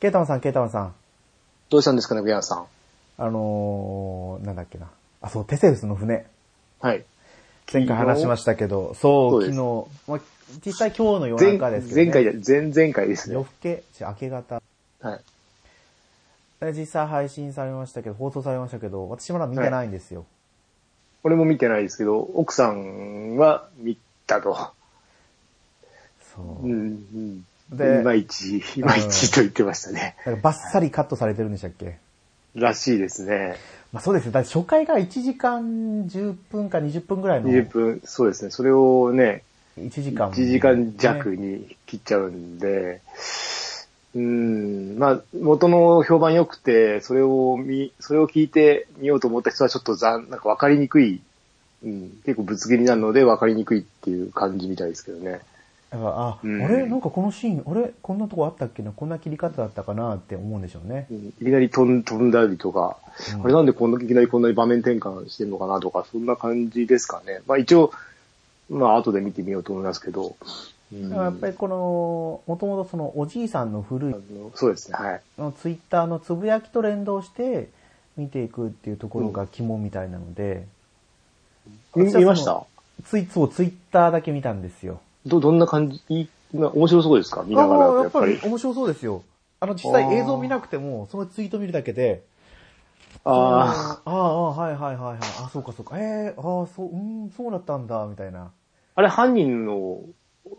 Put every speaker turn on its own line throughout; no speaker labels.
ケイタマンさん、ケイタマンさん。
どうしたんですかね、ビアンさん。
あのー、なんだっけな。あ、そう、テセウスの船。
はい。
前回話しましたけど、そう、
そ
昨
うです
日、まあ、実際今日の夜
前
中ですけど、ね。
前回で、前々回ですね
夜。更け、違う明け方。
はい。
で実際配信されましたけど、放送されましたけど、私まだ見てないんですよ。
俺も見てないですけど、奥さんは見たと。
そう。
うん、うん。
で
いまいち、いまいちと言ってましたね。
なんかバッサリカットされてるんでしたっけ
らしいですね。
まあそうですね。だって初回が1時間10分か20分ぐらいの。
20分、そうですね。それをね、
1時間。
1時間弱に切っちゃうんで、うん、まあ、元の評判良くて、それを見、それを聞いてみようと思った人はちょっと残、なんか分かりにくい、うん、結構ぶつ切りなので分かりにくいっていう感じみたいですけどね。
だからあ、
うん
あれなんかこのシーン、あれこんなとこあったっけなこんな切り方だったかなって思うんでしょうね
う。んいきなり飛ん飛んだりとか、
うん
あれなんでこんな、いきなりこんなに場面転換してるのかなとか、そんな感じですかね。まあ一応、まあ後で見てみようと思いますけど、うん
だからやっぱりこの、もともとそのおじいさんの古い
あのそうですね、はい。
のツイッターのつぶやきと連動して見ていくっていうところが肝みたいなので、私はそ
み
の
見ました
ツイそうツイッターだけ見たんですよ。
ど、どんな感じいいな面白そうですか見ながらだと
あ
やっぱり。
面白そうですよ。あの実
あ
際
ー
映像見なくても、そのツイート見るだけで、
あ
あ
あ、
ーあー、はいはいはいはい。あ、そうかそうか。えー、ああ、そう、うん、そうだったんだ、みたいな。
あれ犯人の、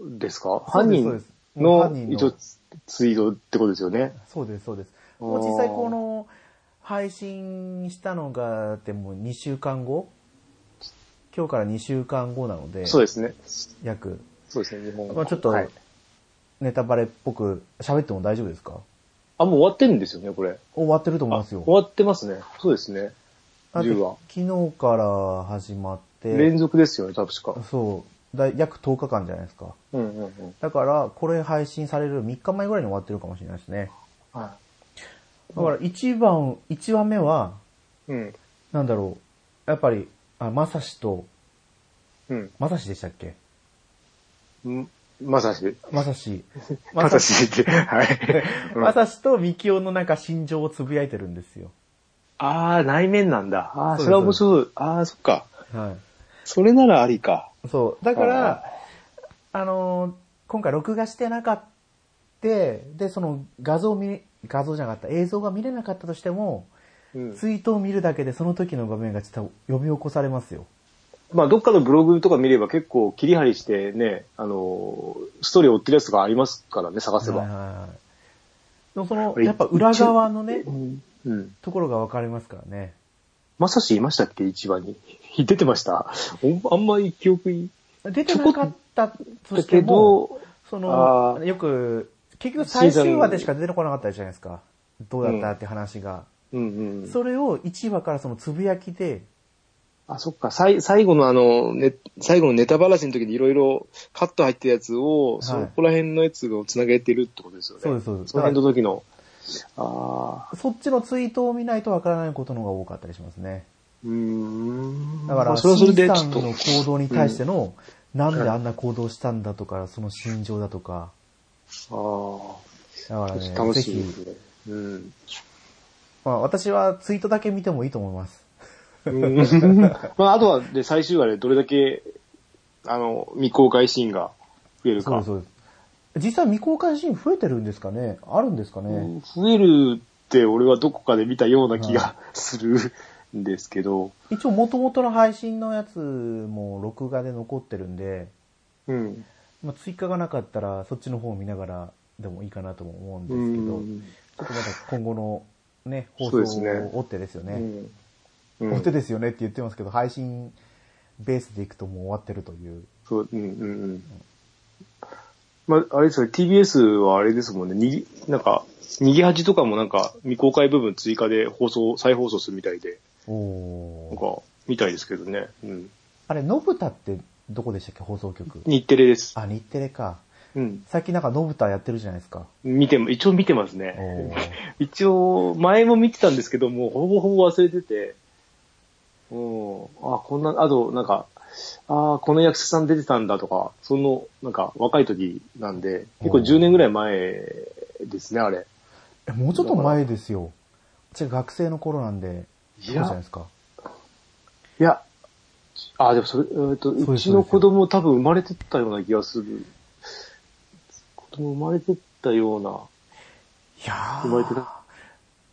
ですか
そう
犯
です
人
そう
の
です
一応ツツイートってことですよね。
そうです、そうです。
あー
もう実際この配信したのが、でも2週間後今日から2週間後なので、
そうですね。
約。
そうですね、日本
まあちょっと
はい、
ネタバレっぽく喋っても大丈夫ですか
あ、もう終わってるんですよね、これ。
終わってると思います
終
よ。
わってますね。そうですね。
だって
10は
昨日から始まって、
連続ですよね、確か。
そう、だい約10日間じゃないですか。
うんうんうん。
だから、これ配信される3日前ぐらいに終わってるかもしれないですね。
は
だから1番、1話目は、
い。うん。
なんだろう、やっぱり、あ、まさしと、
うん
まさしでしたっけ
うん。まさし。
まさし。
まさしっ て、はい。うん
まさしとみきおのなんか心情をつぶやいてるんですよ。
ああ、内面なんだ。ああ、
そうです
それは面白い。ああ、そっか。
は
それならありか。
い。そう。だか
は
ら、あのー今回録画してなかった、で、その画像見れ、画像じゃなかった、映像が見れなかったとしても、
うん
ツイートを見るだけでその時の場面がちょっと呼び起こされますよ。
まあ、どっかのブログとか見れば結構切り張りしてね、あのー、ストーリー追ってるやつとかありますからね、探せ
はい
ば。
はいはい。でもその、
れ
やっぱ裏側のね
う、ん。うん。
ところがわかりますからね。
まさしいましたっけ、市場に。 出てました。おあんまり記憶い
出てなかったと
だ
して
け
も、
ど、
そ
あ
の、
ー
よく、結局最終話でしか出てこなかったじゃないですか。どうだったって話が。
うんうん。
それを1話からそのつぶやきで、
あ、そっか、さい最後のあの、ね、最後のネタばらしの時にいろいろカット入ってるやつを、そこら辺のやつを繋げてるってことですよね。
そうですそうです
その辺の時の。ああ、
そっちのツイートを見ないとわからないことの方が多かったりしますね。
うーん。
だか
ま
ら、
あ
シ
それはそれ
ー
でち
さ
ょ
ん
っと
の行動に対しての、なんであんな行動したんだとか、その心情だとか。
あ
だから
あ、
ね、
楽
ぜ
しいで
ひ
す、ね。うん。
まあ私はツイートだけ見てもいいと思います。
まあ、あとは、で、最終話でどれだけ、あの、未公開シーンが増える
そうで
か
す、。そうです。実際未公開シーン増えてるんですかねあるんですかね、
うん増えるって俺はどこかで見たような気がするんですけど、
一応元々の配信のやつも録画で残ってるんで、
うん。
まあ、追加がなかったらそっちの方を見ながらでもいいかなとも思うんで
う
すけど、
ん。
ちょっとまだ今後のね、放
そ
送
うですね
を追ってですよね。
う
追
ん
ってですよねって言ってますけど、配信ベースでいくともう終わってるという。
そう、うんうんうん。まあ、あれですよね、TBS はあれですもんね、にぎ、なんか、逃げ恥とかもなんか、未公開部分追加で放送、再放送するみたいで、
お
なん
ー。
か、みたいですけどね。うん。
あれ、のぶたってどこでしたっけ放送局。
日テレです。
あ、日テレか。
うん。
最近なんかのぶたやってるじゃないです か。
見ても、一応見てます
おー
ね。一応、前も見てたんですけど、もうほぼほぼ忘れてて、うん。あ、こんな、あと、なんか、ああ、この役者さん出てたんだとか、その、なんか、若い時なんで、結構10年ぐらい前ですね、あれ。
えもうちょっと前ですよ。私が学生の頃なんで、そう
い
じゃない
や
で、すか。
いや、あ、でもそれ、えー
そ
と、
うです
うちの子供多分生まれてったような気がする。子供生まれてったような、
いやー
生まれてな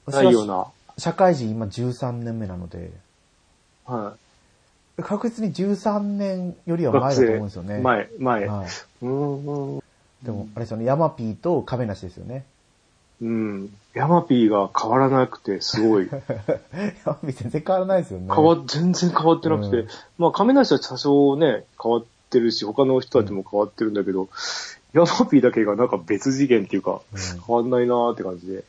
私
ないよう
は
な。
社会人今13年目なので、
は
確実に13年より
い。
は前だと思うんですよね。
前、前。
はい。
うん、うん。
でも、あれですよね、ヤマピーと亀梨ですよね。
うん。ヤマピーが変わらなくて、すご い。
ヤマピー全然変わらないですよね。
変わっ、全然変わってなくて、
うん
まあ、亀梨は多少ね、変わってるし、他の人たちも変わってるんだけど、ヤマピーだけがなんか別次元っていうか、
うん
変わんないなーって感じで。
い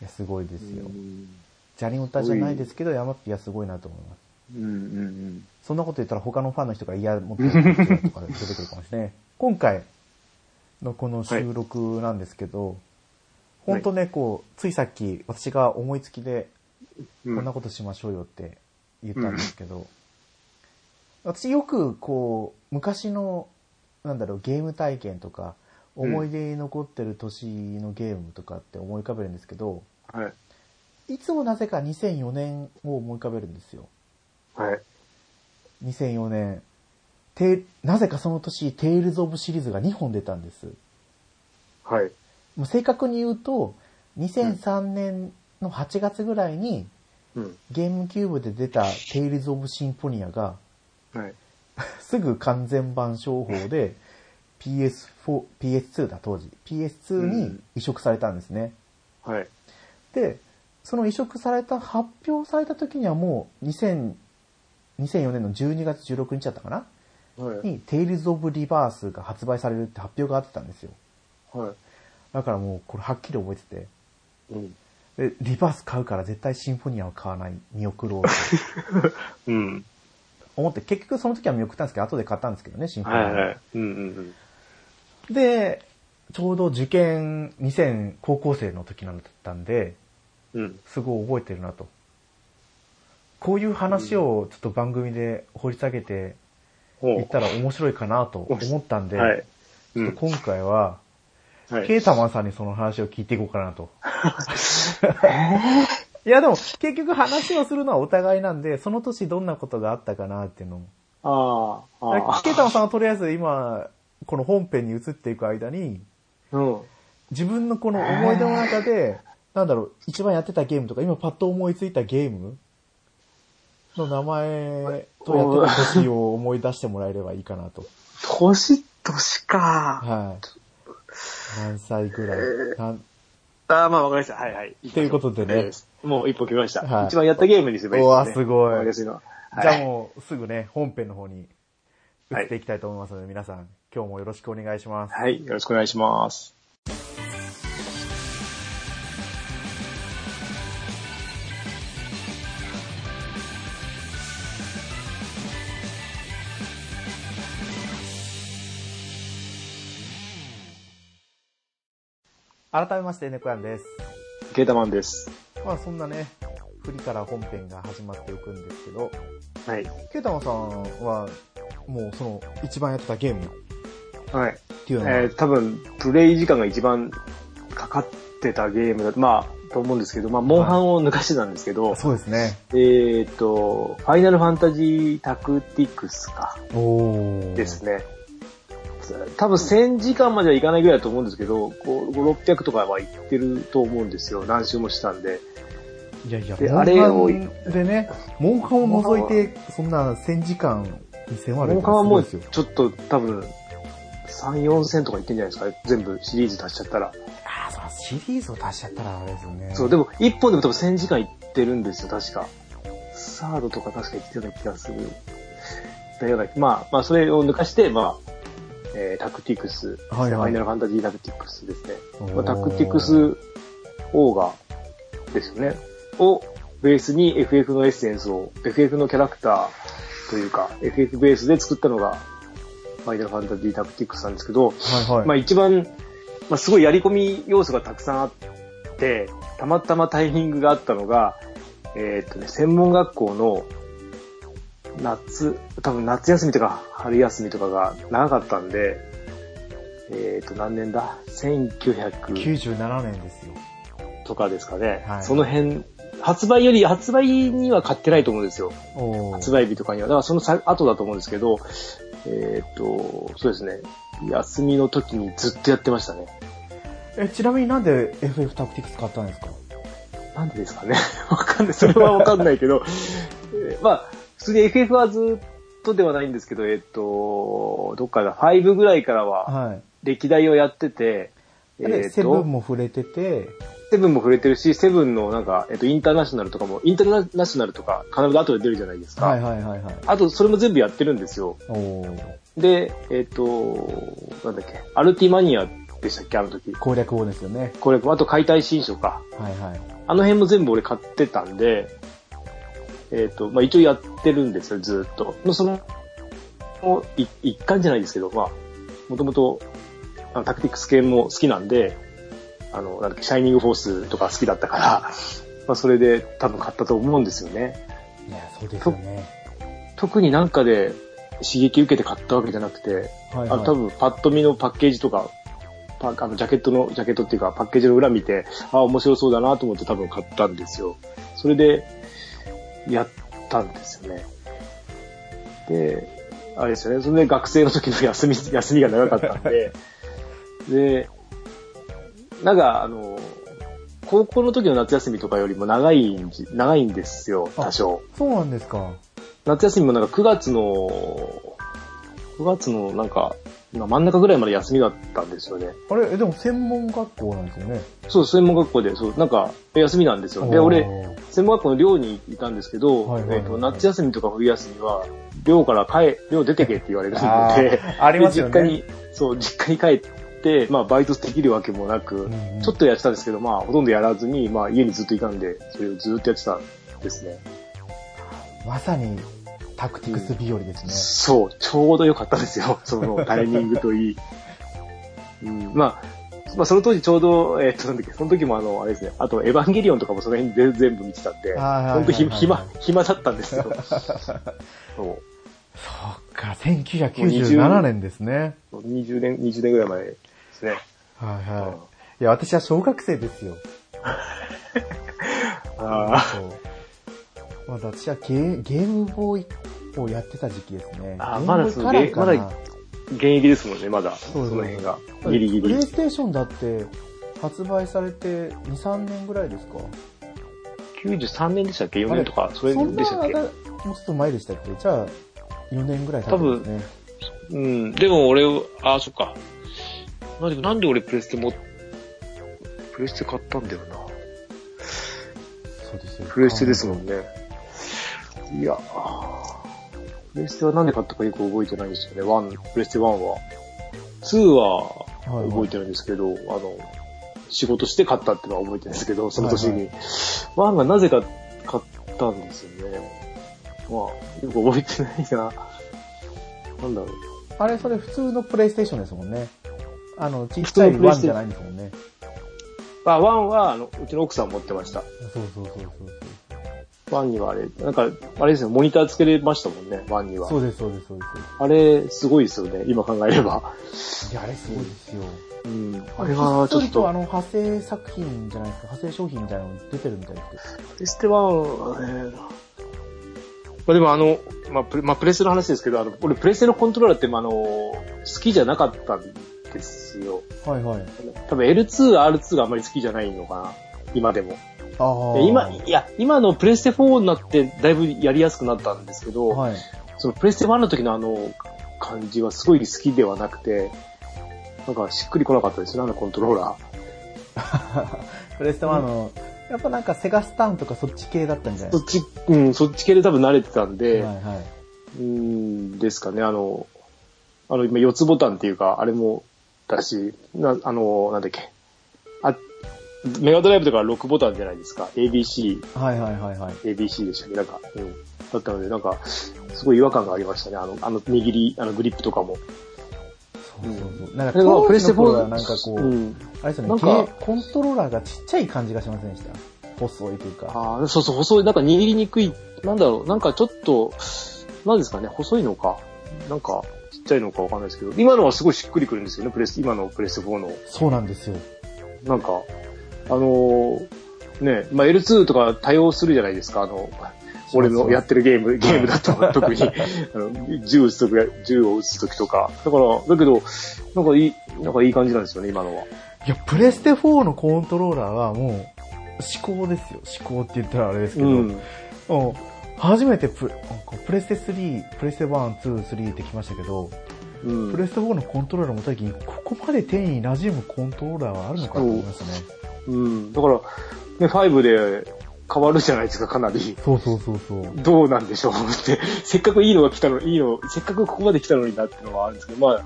やすごいですよ
う。ん、
ジャニオタじゃないですけど、ヤマピーはすごいなと思います。
うん、うん
そんなこと言ったら他のファンの人が嫌持ってる人とか出てくるかもしれない。今回のこの収録なんですけど、ほんとね、こう、ついさっき私が思いつきで
うん。
こんなことしましょうよって言ったんですけど、私よくこう、昔の、なんだろう、ゲーム体験とか、
うん
思い出に残ってる年のゲームとかって思い浮かべるんですけど、
はい。
いつもなぜか2004年を思い浮かべるんですよ。
はい。
2004年。て、なぜかその年、テイルズ・オブシリーズが2本出たんです。
はい。
もう正確に言うと、2003年の8月ぐらいに、
うん。
ゲームキューブで出たテイルズ・オブ・シンフォニアが、
はい。
すぐ完全版商法で PS4、PS2 だ当時。PS2 に移植されたんですね。
はい。
で、その移植された、発表された時にはもう2000 2004年の12月16日だったかな
はい。
に、テイルズ・オブ・リバースが発売されるって発表があってたんですよ。
は
だからもう、これはっきり覚えて
い。うん。
て、でリバース買うから絶対シンフォニアを買わない、見送ろうと
うん。
思って、結局その時は見送ったんですけど、後で買ったんですけどね、シンフォニ
は
ア
い
を。
はい。うんうん
で、ちょうど受験2000高校生の時なのだったんで、
うん。うん。
すごい覚えてるなと。こういう話をちょっと番組で掘り下げてい
ほ
ったら面白いかなと思ったん
う。
で、
はい。う
ちょっ
ん
と。今回は、
はい。
ケイタマンさんにその話を聞いていこうかな と。いやでも、結局話をするのはお互いなんで、その年どんなことがあったかなっていうのを。
ああ。
だから
ああ
ケイタマンさんはとりあえず今、この本編に移っていく間に、
うん。
自分のこの思い出の中で、なんだろう、一番やってたゲームとか、今パッと思いついたゲームの名前とやってた年を思い出してもらえればいいかなと。
年、年か。
はい。何歳ぐらいなん
ああ、まあわかりました。はいはい。
ということでね。
もう一歩決めました。
はい
一番やったゲームにすればいいです、ね。
うわすごい
わかりやすいのは。
じゃ
は
あ
い、
もうすぐね、本編の方に移っていきたいと思いますので、皆さん、今日もよろしくお願いします。
はい。よろしくお願いします。
改めまして、猫やんです。
ケータマンです。
まあそんなね、振りから本編が始まっていくんですけど、
はい。
ケイタマンさんは、もうその、一番やってたゲームっ
はい。
ていう
え
のは、
ー、多分、プレイ時間が一番かかってたゲームだと、まあ、と思うんですけど、まあ、モンハンを抜かしてたんですけど、
そうですね。
えっ、と、ファイナルファンタジータクティクスか、
おー
ですね。多分1000時間まではいかないぐらいだと思うんですけど、5、600とかはいってると思うんですよ。何周もしたんで。
いやいや、
で
モンハン
あれを
でね、モンハンを除いて、そんな1000時間に迫る
モンハンはもう
です
ち
よ。
ょっと多分、3、4000とかいってんじゃないですか全部シリーズ足しちゃったら。
ああ、そう、シリーズを足しちゃったらあれですよね。
そう、でも1本でも多分1000時間いってるんですよ、確か。サードとか確かいってたような気がする。だような、まあ、まあ、それを抜かして、まあ、えー、タクティクス、
はいはい
ファイナルファンタジータクティクスですね。
おー
まあ、タクティクスオーガですよね。をベースに FF のエッセンスを、FF のキャラクターというか、FF ベースで作ったのが、ファイナルファンタジータクティクスなんですけど、
はいはい。
まあ一番、まあすごいやり込み要素がたくさんあって、たまたまタイミングがあったのが、えーっとね、専門学校の夏、多分夏休みとか春休みとかが長かったんで、えーっと何年だ ?1997
97年ですよ。
とかですかね。
はい
その辺、発売より、発売には買ってないと思うんですよ。
おー
発売日とかには。だからそのさ後だと思うんですけど、えーっと、そうですね。休みの時にずっとやってましたね。
え、ちなみになんで FF タクティクス買ったんですか
なんでですかね。 わかんない。それはわかんないけど、えーまあ、普通に FF はずっとではないんですけど、えーっと、どっからだ、5ぐらいからは
はい。
歴代をやってて、
で、セブンも触れてて、
セブンも触れてるし、セブンのなんか、えっと、インターナショナルとかも、インターナショナルとか、必ず後で出るじゃないですか。
はいはいはいはい。
あと、それも全部やってるんですよ。
おー
で、えっと、なんだっけ、アルティマニアでしたっけ、あの時。
攻略王ですよね。
これ、あと解体新書か。
はいはい。
あの辺も全部俺買ってたんで、えっと、まあ一応やってるんですよ、ずーっと。のその、もうい一貫じゃないですけど、まあ、もともと、あのタクティックス系も好きなんで、あの、なんだっけ、シャイニングフォースとか好きだったから、まあそれで多分買ったと思うんですよね。
いや、そうですよね。
特になんかで刺激受けて買ったわけじゃなくて、
はい
あ
は
の
い。
多分パッと見のパッケージとか、パあのジャケットの、ジャケットっていうかパッケージの裏見て、ああ、面白そうだなと思って多分買ったんですよ。それで、やったんですよね。で、あれですよね、それで学生の時の 休み、休みが長かったんで、で、なんかあの、高校の時の夏休みとかよりも長いんじ、長いんですよ、多少。
そうなんですか。
夏休みもなんか9月の、9月のなんか、まあ真ん中ぐらいまで休みだったんですよね。
あれ、えでも専門学校なんですよね。
そう、専門学校で、そう、なんか、休みなんですよ。で、
おー
俺、、専門学校の寮にいたんですけど、
はいはいはい
えっと、夏休みとか冬休みは、寮から帰、寮出てけって言われるの
あ
で、
ーありますよ
で
ね。
実家に、そう、実家に帰って、まあ、バイトできるわけもなく、
うんうん
ちょっとやってたんですけど、まあ、ほとんどやらずに、まあ、家にずっといたんで、それをずっとやってたんですね。
まさに、タクティクス日和です
そう、ちょうど良かったです よ。そのタイミングといい。うん、まあ、まあ、その当時ちょうど、えっと、なんだっけ、その時もあの、あれですね、あと、エヴァンゲリオンとかもその辺全全部見てたんで、
はいはいはいはい
本当暇、暇、暇だったんですよ。 そ
ね。そっか、1997年ですね。
う。20年、20年ぐらい前ですね。
はい
あ
はい。いや、私は小学生ですよ。
あ
そうまだ私はゲーゲームボーイをやってた時期ですね。ゲ
あ
ーム
まだ
ボーイ
その
カラー
ゲー
かな
まだ現役ですもんね、まだ。そ
そうそう
の辺が。ギリギ
プ
リ
レイ。ステーションだって、発売されて2、3年ぐらいですか
93年でしたっけ ?4 年とか、それ
そんな
でしたっけ
間もうちょっと前でしたっけじゃあ、4年ぐらい経ってますね。
うん、でも俺を、あ、そっか。なんで、なんで俺プレステも、プレステ買ったんだよな。
そうですよ。
プレステですもんね。いや、あープレステはなんで買ったかよく覚えてないんですよね。ワン、プレステ1は。2は
はいはい
覚えてるんですけど、あの、仕事して買ったってのは覚えてるんですけど、その年
はい
に。ワンがなぜか買ったんですよね。まあ、よく覚えてないな。なんだろう。
あれ、それ普通のプレイステーションですもんね。あの、ちっちゃい
普通のプレイ
ワ
ス
ン
テ
じゃないんですもんね。
あ、ワンは、あの、うちの奥さん持ってました。
そうそうそうそうそう。
ワンにはあれ、なんか、あれですね、モニターつけれましたもんね、ワンには
そ。うです、そうです、そうで
あれ、すごいですよね、今考えれば。
す。いや、あれすごいですよ。
うん。あれは、ちょ
ひっそ
っ
り
と、
あの、派生作品じゃないですか、派生商品みたいなの出てるみたいです
プレステワンはね、まあでもあの、まあプレ、まあ、プレステの話ですけど、あの、俺プレステのコントローラーって、まあ、あの、好きじゃなかったんですよ。
けど。はいはい。
多分 L2、R2 があんまり好きじゃないのかな、今でも。
ああ。
で今、いや、今のプレステ4になって、だいぶやりやすくなったんですけど、
はい。
そのプレステ1の時のあの感じはすごい好きではなくて、なんかしっくりこなかったですね、あのコントローラ
プレステもあの、やっぱなんかセガスターンとかそっち系だったんじゃ
ー。
ない
そっち、うん、そっち系で多分慣れてたんで、
はいはい。
うん、ですかね、あの、あの、今4つボタンっていうか、あれもだし、なあの、なんだっけ、あ、メガドライブとか6ボタンじゃないですか、ABC、
はいはいはいはい。
ABC でしたっけ、なんか、うん。だったので、なんか、すごい違和感がありましたね、あの、あの握り、あのグリップとかも。
そうそうそう。なん
あれは
か、
プ
プ
レ
レ
ス
ス
テ
テ
4
4はなんかこう、
うん
あれですよ
なん
ね、
か
ゲーコントローラーがちっちゃい感じがしませんでした。細いというか。
ああ、そうそう、細い、なんか握りにくい、なんだろう、なんかちょっと、なんですかね、細いのか、なんか、ちっちゃいのかわかんないですけど、今のはすごいしっくりくるんですよね、プレス、今のプレステ4の。
そうなんですよ。
なんか、あのね、まあ、L2 とか対応するじゃないですか、あの、俺のやってるゲーム、ゲームだと特に、あの銃撃つときや、銃を撃つときとか。だから、だけど、なんかいい、なんかいい感じなんですよね、今のは。
いや、プレステ4のコントローラーはもう、思考ですよ。思考って言ったらあれですけ
う
ど、
ん。
うん初めてプレプレステ3、プレステ1、2、3ってきましたけど、
うん。
プレステ4のコントローラー持った時に、ここまで手に馴染むコントローラーはあるのかと思いましたね。
うん。だから、ね、5で変わるじゃないですか、かなり。
そうそうそうそう。
どうなんでしょうって、 せっかくいいのが来たの、いいの、せっかくここまで来たのになってのはあるんですけど、まあ、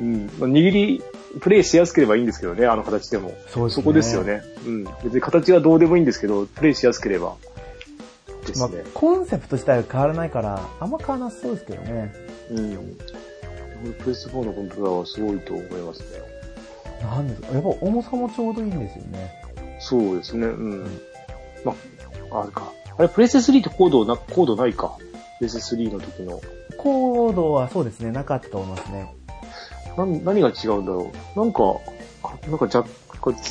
うん、まあ握り、プレイしやすければいいんですけどね、あの形でも。
そうですね
そこですよね。うん。別に形はどうでもいいんですけど、プレイしやすければ。です
まあ
ね。、
コンセプト自体は変わらないから、あんま変わらなさそうですけどね。
うん。プレス4のコンピューターはすごいと思いますね。
なんですかやっぱ重さもちょうどいいんですよね。
そうですね、うん。まあ、あれか。あれ、プレステ3ってコードな、コードないか。プレステ3の時の。
コードはそうですね、なかったと思いますね。
なん何が違うんだろう。なんか、かなんかじゃ、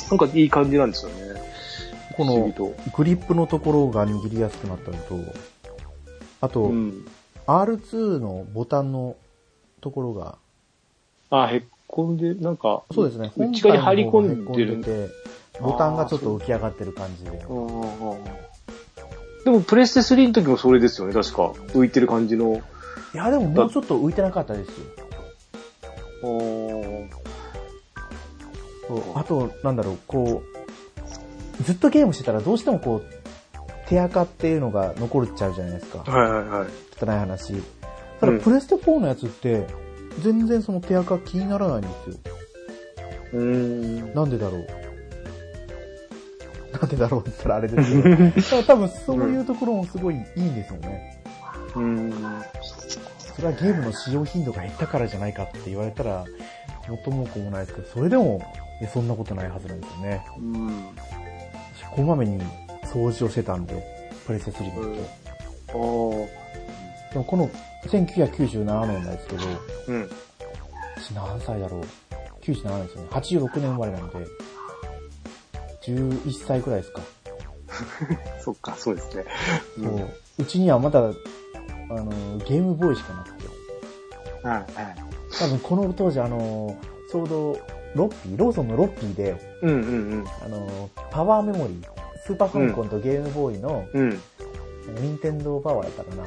なんかいい感じなんですよね。
こ
不思議
の、
と。
グリップのところが握りやすくなったのと、あと、
うん。
R2 のボタンのところが、
あ、へっこんで、なんか、
そうですね、
内側に入り込んで
本体の方がへっこん
る。
でてボタンがちょっと浮き上がってる感じで。
うんうんうんでも、プレステ3の時もそれですよね、確か。浮いてる感じの。
いや、でももうちょっと浮いてなかったですよ。
あー
あと、なんだろう、こう、ずっとゲームしてたらどうしてもこう、手垢っていうのが残っちゃうじゃないですか。
はいはいはい。
汚い話。ただ
うん
プレステ4のやつって、全然その手垢気にならないんですよ。
うーん。
なんでだろう。なんでだろうって言ったらあれですけど。 だから多分そういうところもすごいいいんですよね。
うん。
それはゲームの使用頻度が減ったからじゃないかって言われたら、元も子もないですけど、それでも、いやそんなことないはずなんですよね。
うん。
私こまめに掃除をしてたんで、プレステ3の時は。
あー
でもこの1997年なんですけど、
うん。
私何歳だろう ?97 年ですよね。86年生まれなんで、11歳くらいですか。
そっか、そうですね。
ううちにはまだ、あの、ゲームボーイしかなくて。
うんはいはい。
多分この当時、あの、ちょうど、ロッピー、ローソンのロッピーで、
うんうん
あの、パワーメモリー、スーパーファミコンとゲームボーイの、
うん。うん。
ニンテンドーパワーだったかな。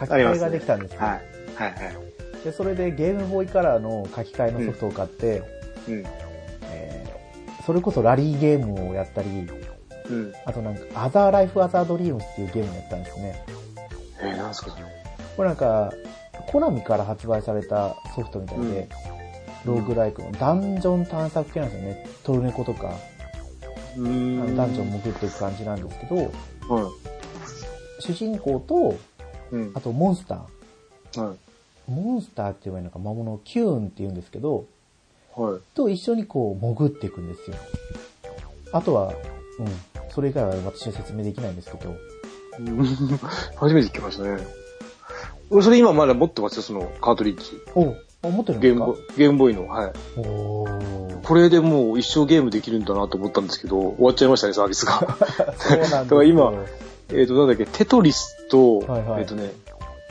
書き
あり
換
ま
え
す
が
ね
できたんですよ。
はい。はいはい。
で、それでゲームボーイカラーの書き換えのソフトを買って、
うん。
えーそれこそラリーゲームをやったり、
うん。
あとなんか、アザーライフアザードリームっていうゲームをやったんですね。
えー、なんすかそれ。
これなんか、コナミから発売されたソフトみたいで、
うん
ローグライクのダンジョン探索系なんですよね。トルネコとか、
う
あ
ー
の
ん
ダンジョン潜っていく感じなんですけど、
は
主人公と、
い。うん。
あとモンスター。
はい。
モンスターって言えばいいのか、魔物をキューンって言うんですけど、
はい。
と一緒にこう潜っていくんですよ。あとは、うん、それ以外は私は説明できないんですけど、
初めて聞きましたね。俺、それ今まだ持ってますよ、そのカートリッジ。
おあ持ってるん
ゲ
で
ー
すか
ムボゲームボーイの。はい。
お ー
これでもう一生ゲームできるんだなと思ったんですけど、終わっちゃいましたね、サービスが。
そうなんですよ
だから今えっと、なんだっけ、テトリスと、
はいはい
えっとね、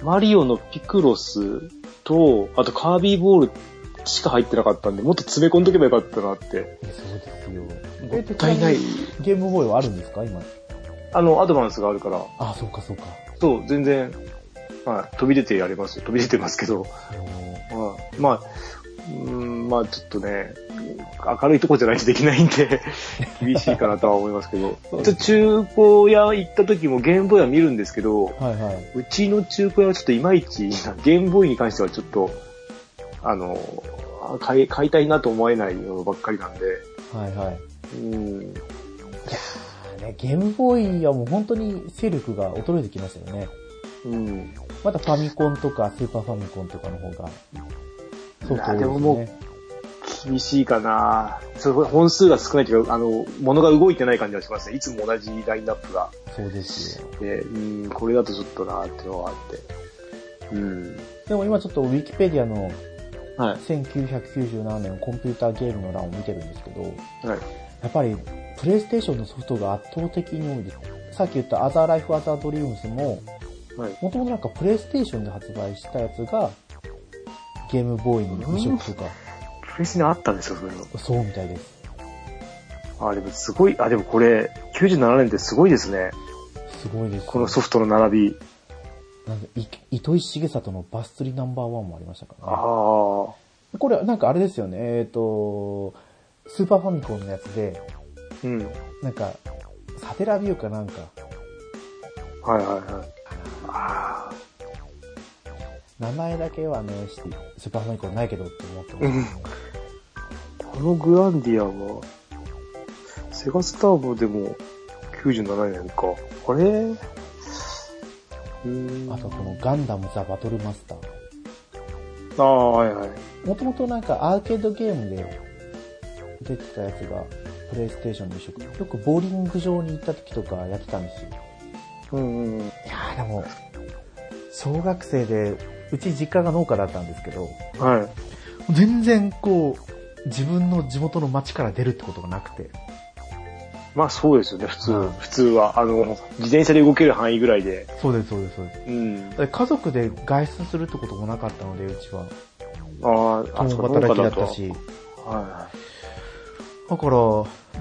マリオのピクロスと、あとカービーボールしか入ってなかったんで、もっと詰め込んどけばよかったなって。
えそうですよ。
もったいない
え。ち。なみにゲームボーイはあるんですか今。
あの、アドバンスがあるから、
あ、そうかそうか。
そう、全然、はい、飛び出てやれますよ。飛び出てますけど。
あのー
はいまあ、うーん、まあちょっとね、明るいとこじゃないとできないんで、 厳しいかなとは思いますけど、
そう
ち
で
ょ中古屋行った時もゲームボーイは見るんですけど、
はいはい。
うちの中古屋はちょっといまいち、ゲームボーイに関してはちょっと、あの、あ買い買いたいなと思えないのばっかりなんで、
はいはい。
うん、
あーね、ゲームボーイはもう本当に勢力が衰えてきましたよね。
うん。
またファミコンとかスーパーファミコンとかの方が、ソフト多い
いやで
です
ももう
ね。
厳しいかなそう本数が少ないというか、あの、物が動いてない感じがしますね。いつも同じラインナップが。
そうですよ。
で、うん、これだとちょっとなーっていうのがあって。うん。
でも今ちょっとウィキペディアの
は
1997年コンピューターゲームの欄を見てるんですけど、
い。はい。
やっぱりプレイステーションのソフトが圧倒的に多いです。さっき言ったアザーライフアザードリームスも、
はい。
もともとなんかプレイステーションで発売したやつが、ゲームボーイに移植とか、
プレスにあったんですよ、それの。
そうみたいです。
あ、でもすごい、あ、でもこれ、97年ってすごいですね。
すごいですよ、
このソフトの並び。
なんでい糸井重里のバス釣りナンバーワンもありましたから、ね。
ああ。
これ、なんかあれですよね、えっ、と、スーパーファミコンのやつで、
うん。
なんか、サテラビューかなんか、
はいはいはい。あ
名前だけはね、してスーパーファミコンないけどって思って
あ。う
ます。
ん。このグランディアは、セガスターボでも97年か。あれうーん。
あとこのガンダムザ・バトルマスター。
ああ、はいはい。
もともとなんかアーケードゲームで出てたやつが、プレイステーションの移植。よくボーリング場に行った時とかやってたんですよ。
うんう
い
ん。
やーでも、小学生で、うち実家が農家だったんですけど、
はい。
全然こう、自分の地元の町から出るってことがなくて。
まあそうですよね、普通。
うん
普通は。あの、自転車で動ける範囲ぐらいで。
そうです、そうです、そうです。
うん。
だから家族で外出するってこともなかったので、うちは。
ああ、あそ
共
こ農
働
家
きだ
だ
っ
と。は
た
い
し。
は
だから、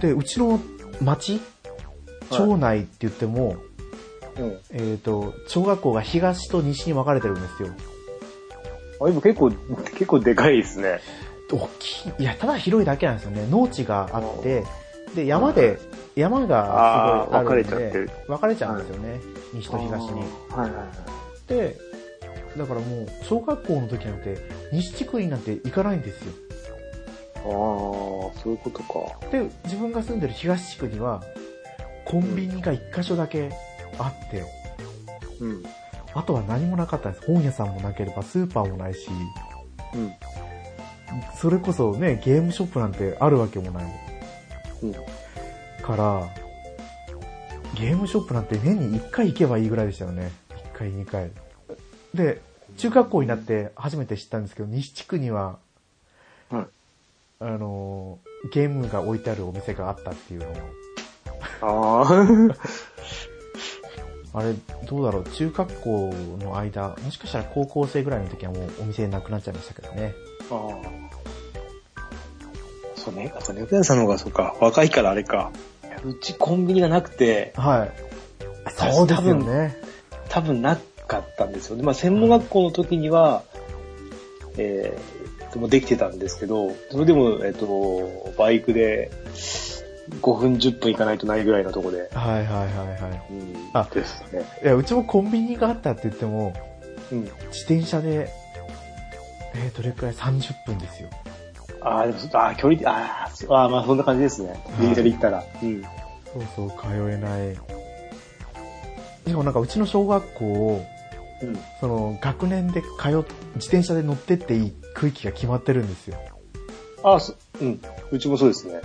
で、うちの町町内って言っても、
い。うん。
えっ、と、小学校が東と西に分かれてるんですよ。
あ、でも結構、結構でかいですね。
大きい。いや、ただ広いだけなんですよね。農地があって、で、山で、山がすごいあるんで、
あー分かれちゃってる
分かれちゃうんですよね。西と東に。
あー。はいはいはい。
で、だからもう、小学校の時なんて、西地区になんて行かないんですよ。
ああ、そういうことか。
で、自分が住んでる東地区には、コンビニが一箇所だけあって、
うん。
あとは何もなかったんです。本屋さんもなければ、スーパーもないし、
うん。
それこそね、ゲームショップなんてあるわけもない
うん。
から、ゲームショップなんて年に1回行けばいいぐらいでしたよね。1回、2回。で、中学校になって初めて知ったんですけど、西地区には、
はい
あのー、ゲームが置いてあるお店があったっていうのを、
ああ。
あれ、どうだろう、中学校の間、もしかしたら高校生ぐらいの時はもうお店なくなっちゃいましたけどね。
ああ。そうね。あ、そうね。奥田さんの方がそうか。若いからあれか。うちコンビニがなくて、
はい。そうですよね。
多分なかったんですよ。で、まあ専門学校の時には、えー、でもできてたんですけど、それでも、えっ、と、バイクで5分10分行かないとないぐらいのとこで。
はいはいはいは
うん。
あ
ですね。
い。いや、うちもコンビニがあったって言っても、
うん。
自転車で、えー、どれくらい ?30 分ですよ。
ああ、でも、ああ、距離、ああそう、ああ、まあそんな感じですね。
い
電車で行ったら。うん。
そうそう、通えない。しかもなんかうちの小学校を、
うん。
その学年で通っ、自転車で乗ってっていい区域が決まってるんですよ。
ああ、そうん。うちもそうですね。
はい。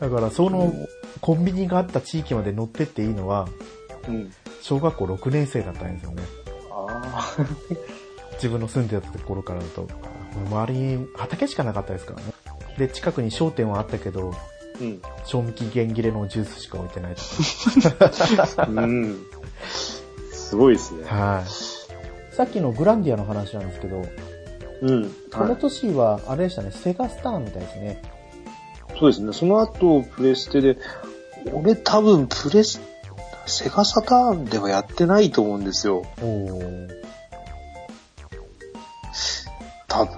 だからそのコンビニがあった地域まで乗ってっていいのは、
うん。
小学校6年生だったんですよね。
あ
自分の住んでたところからだと。周りに畑しかなかったですからね。で、近くに商店はあったけど、
あ。 うん。
賞味期限切れのジュースしか置いてないとか。
うん。すごいですね。
はい。さっきのグランディアの話なんですけど、
うん。
こ
は
の
い、
年は、あれでしたね、セガスターみたいですね。
そうですね。その後、プレステで、俺多分プレス、セガサターンではやってないと思うんですよ。
おー
多分。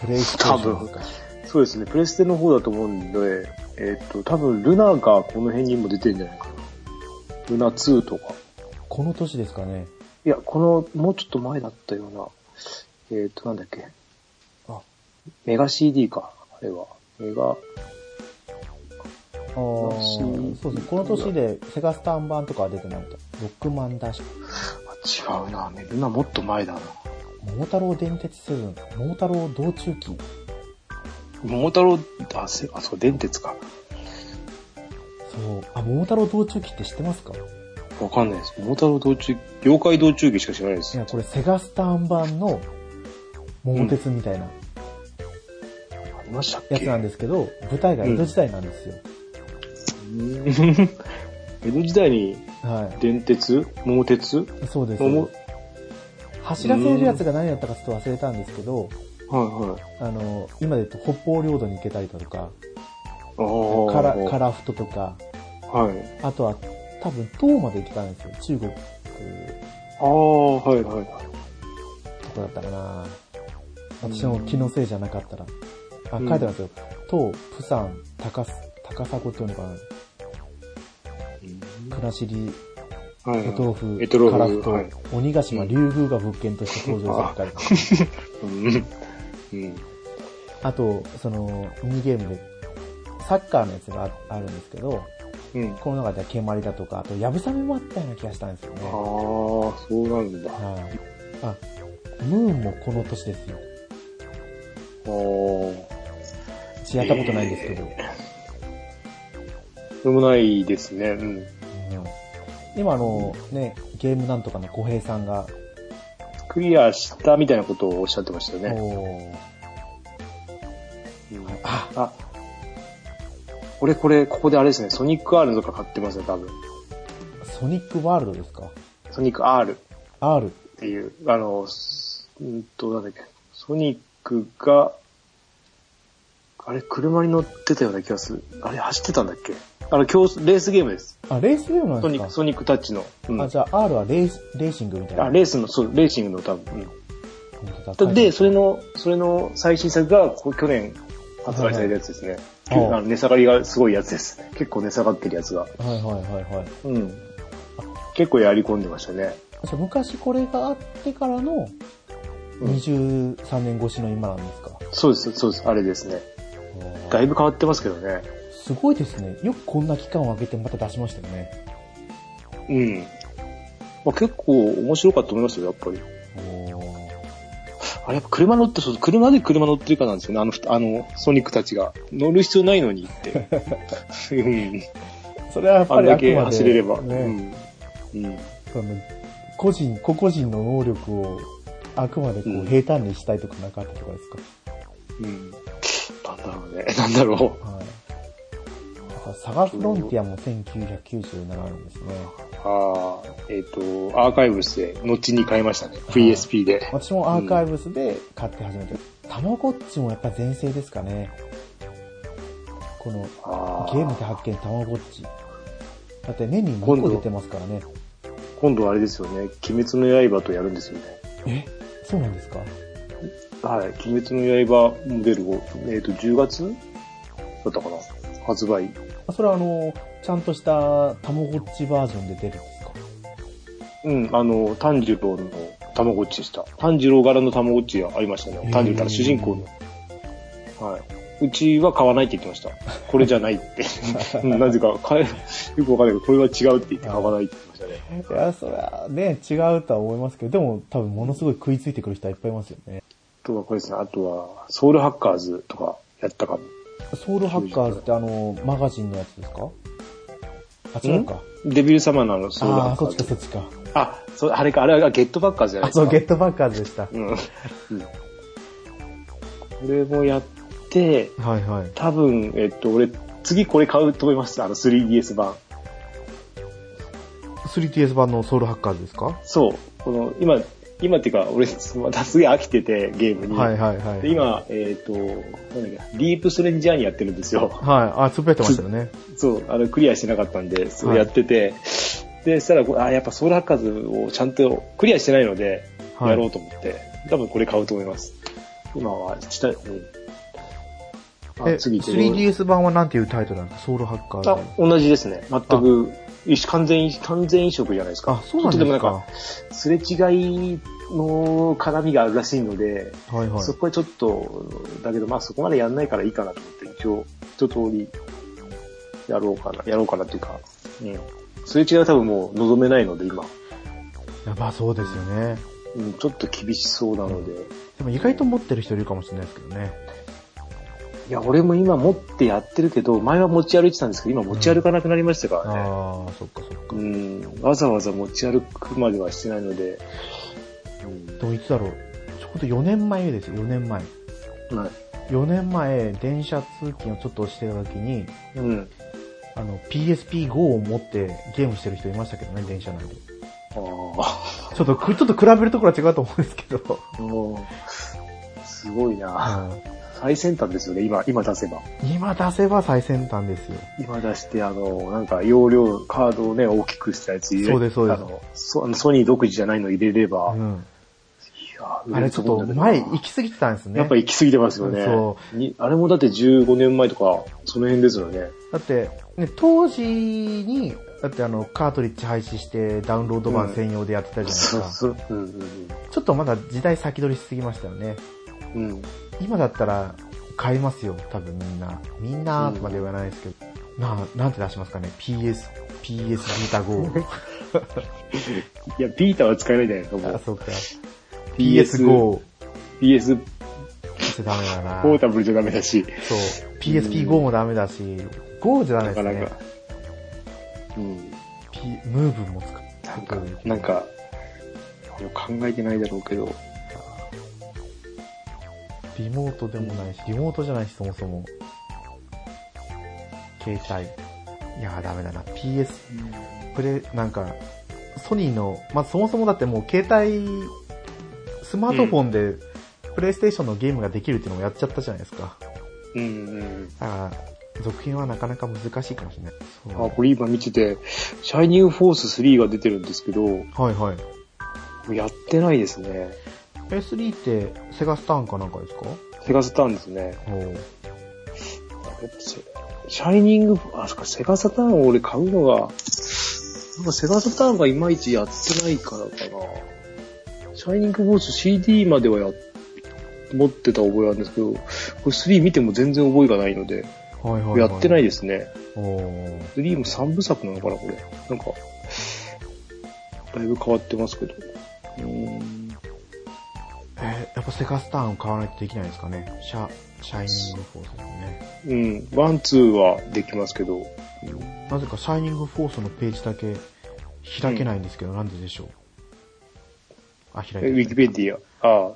プレイステーションか。
そうですね。プレステの方だと思うんで、えっ、と、多分ルナがこの辺にも出てるんじゃないかな。ルナ2とか。
この年ですかね。
いや、この、もうちょっと前だったような、えっ、と、なんだっけ。あ、メガ CD か。あれは。メガ、
あーそうですね。この年でセガスター版とかは出てないと。ロックマンダッシュ。
あ違うな。ルナもっと前だな。
桃太郎電鉄セブン。桃太郎道中記。
桃太郎、あ、せあそう、電鉄か。
そう。あ、桃太郎道中記って知ってますかい
わかんないです。桃太郎道中、妖怪道中記しか知らないです。
や、これセガスター版の桃鉄みたいな
ありましたっけ
やつなんですけど、舞台が江戸時代なんですよ。
う 江戸時代に
は
電鉄桃鉄
い。そうです。
桃
走らせるやつが何だったかちょっと忘れたんですけど、
は
あの、今で言うと北方領土に行けたりだとか、
いはい。
カラ
ああ。
カラフトとか、
はい。
あとは多分唐まで行けたんですよ。中国
ああ、はいはいはい。
とかだったかな私の気のせいじゃなかったら。あ、書いてますよ。唐、プサン、高須、高砂っていうのかな国後、
はい
お豆腐、
エトロ
カラ
フ
フト、
はい。
鬼ヶ島、竜宮が物件として登場されたり。
うん。うん。
あと、その、ミニゲームで、サッカーのやつがああるんですけど、
うん。あ
この中では蹴鞠だとか、あと、やぶさめもあったような気がしたんですよね。
あ、
は
そうなんだ。ああ。
い。あ、ムーンもこの年ですよ。私やったことないんですけど。
でもないですね。うん。
うん今あの、ね、ゲームなんとかの小平さんが、
クリアしたみたいなことをおっしゃってましたよね。
おー
うん
あ、
あ、俺これ、ここであれですね、ソニック R とか買ってますね、多分。
ソニックワールドですか
ソニック R っ
?R。
ていう、あの、すうんと、なんだっけ、ソニックが、あれ、車に乗ってたような気がする。あれ、走ってたんだっけあの、競レースゲームです。
あ、レースゲームなん
ソ
で
ニッ
す
ク、ソニックタッチの。うん
かあ、じゃあ R はレース、レーシングみたいな。
あ、レースの、そう、レーシングの多分。
本
う
当
ん
だ
で、それの、それの最新作が、こ去年発売されたやつですね。
はいはい
あの値下がりがすごいやつです。結構値下がってるやつが。
はいはいはいはい。
うん。結構やり込んでましたね。
じゃあ昔これがあってからの
うん
23年越しの今なんですか、
そうです、そうです、あれですね。だいぶ変わってますけどね。
すごいですね。よくこんな期間を空けてまた出しましたよね。
うん。まあ、結構面白かったと思いますよ、やっぱり。あれ、やっぱ車乗って、そう車で車乗ってるかなんですよね、あのふ、あの、ソニックたちが。乗る必要ないのにって。 うん。
それはやっ
あ
ぱ
ん
り
だ
あくまで
け走れれば。
ね、
うん。うん。
その個人、個々人の能力をあくまでこ
う
うん平坦にしたいとかなかったとかですか、
うん。なんだろうね。 なんだろ
はい。だからサガフロンティアも1997年ですね。
う。ああ、えっ、と、アーカイブスで、後に買いましたね。VSP で。
私もアーカイブスで買って始めてる。たまごっちもやっぱ全盛ですかね。この、
あ
ゲームで発見たまごっち。だって年に2個出てますからね。
今度はあれですよね。鬼滅の刃とやるんですよね。
えそうなんですか
はい、鬼滅の刃モデルを、えっ、と、10月だったかな発売。
あそれはあの、ちゃんとしたたまごっちバージョンで出るんですか
うん、あの、炭治郎のたまごっちでした。炭治郎柄のたまごっちがありました
へ
ね
ー。
炭治郎から主人公の。はい。うちは買わないって言ってました。これじゃないって。 うんなぜか、買え、よくわかんないけど、これは違うって言って買わないって言ってましたね。
いや、そりゃね、違うとは思いますけど、でも多分ものすごい食いついてくる人はいっぱいいますよね。
あとはこれですね、あとは、ソウルハッカーズとかやったかも。
ソウルハッカーズってあの、マガジンのやつですかあ、違うか。
デビル様のあのソウルハ
ああー、
ッ
そ
カ
っ
ー
ちか
ズ。
そっちか。
あ、そあれか、あれはゲットバッカーズじゃな
あ、
いですか。
そう、ゲットバッカーズでした。
うん。これもやって、
はいはい。
多分、えっと、俺、次これ買うと思います。あの、3DS 版。
3DS 版のソウルハッカーズですか
そう。この、今、今っていうか、俺、またすげえ飽きてて、ゲームに。
はいはいはい。
で、今、えっ、と、なんだっけ、ディープストレンジャーにやってるんですよ。
はい。あ、つぶやいてましたよね。
そう、あの、クリアしてなかったんで、そ
は
う
い
やってて、で、したらこれ、あ、やっぱソウルハッカーズをちゃんとクリアしてないので、
はい
やろうと思って、多分これ買うと思います。今は、した、うん。
え、
あ行ってみよう
3DS 版はなんていうタイトルなんですかソウルハッカー
あ
ズ。、
同じですね。全く、一完全、完全移植じゃないですか。
あ、そうなんで
ち
す
ょっともなん
か
か、。すれ違いの絡みがあるらしいので、
はいはい
そ。こはちょっと、だけどまあそこまでやんないからいいかなと思って、一応、一通り、やろうかな、やろうかなっていうか、うん。すれ違いは多分もう望めないので、今。
やばそうですよね。
うん、ちょっと厳しそうなので。
でも意外と持ってる人いるかもしれないですけどね。
いや、俺も今持ってやってるけど、前は持ち歩いてたんですけど、今持ち歩かなくなりましたからね。
ああ、そっかそっか。
うん、わざわざ持ち歩くまではしてないので、
でもいつだろう。ちょうど4年前ですよ、4年前。
うん、はい。
4年前、電車通勤をちょっとしてた時に、
うん。
あの、PSP-GO を持ってゲームしてる人いましたけどね、電車内で。
あ
ちょっと、くちょっと比べるところは違うと思うんですけど。
あ、もう、すごい な。
う
最先端ですよね、今、今出せば。
ん今出せば最先端ですよ。
今出して、あの、なんか容量、カードをね、大きくしたやつ入れ
そうですそうです
あのソあのソニー独自じゃないの入れれば、
う
い
ん。
や
あれちょっと前行き過ぎてたんですね。
やっぱ行き過ぎてますよね。
そ
にあれもだって15年前とか、その辺ですよね。
だって、ね、当時に、だってあの、カートリッジ廃止してダウンロード版専用でやってたじゃないです
そう
か。
そう。うんうん
ちょっとまだ時代先取りしすぎましたよね。
うん。うん。
今だったら買いますよ、多分みんな。みんなとまで言わないですけど。な、なんて出しますかね ?PS、PS ビータ GO。
いや、ビータは使えないじゃないですか、も
あ、
う。
そうか。PS
PS
GO。
PS
ってダメだな。
ポータブルじゃダメだし。
そう。PSP GO もダメだし、GO じゃダメですね。
なかなかうん。
P、ムーブも使う。
なんか、なんか、これ考えてないだろうけど、
リモートでもないし、リモートじゃないし、そもそも。携帯。いやー、ダメだな。PS、プレ、なんか、ソニーの、まあ、そもそもだってもう携帯、スマートフォンで、プレイステーションのゲームができるっていうのもやっちゃったじゃないですか。
うんうん。
だから、続編はなかなか難しいかもしれない。そう
あ、これ今見てて、シャイニングフォース3が出てるんですけど、
はいはい。
やってないですね。
S3 って、セガスターンかなんかですか
セガサターンですね。
おー
シシャイニング、あ、そっか、セガサターンを俺買うのが、なんかセガサターンがいまいちやってないからかな。シャイニングボース CD まではや、持ってた覚えあるんですけど、これ3見ても全然覚えがないので、
はいはい、
やってない
い。
ですね。
おー
3も3部作なのかな、これ。なんか、だいぶ変わってますけど。うーん。
えーやっぱセガスターンを買わないとできないですかね。シャ、シャイニングフォースですね。
うん。ワン、ツーはできますけど、
なぜかシャイニングフォースのページだけ開けないんですけど、なんででしょう。あ、開
え
いて
ウィキペディア、あ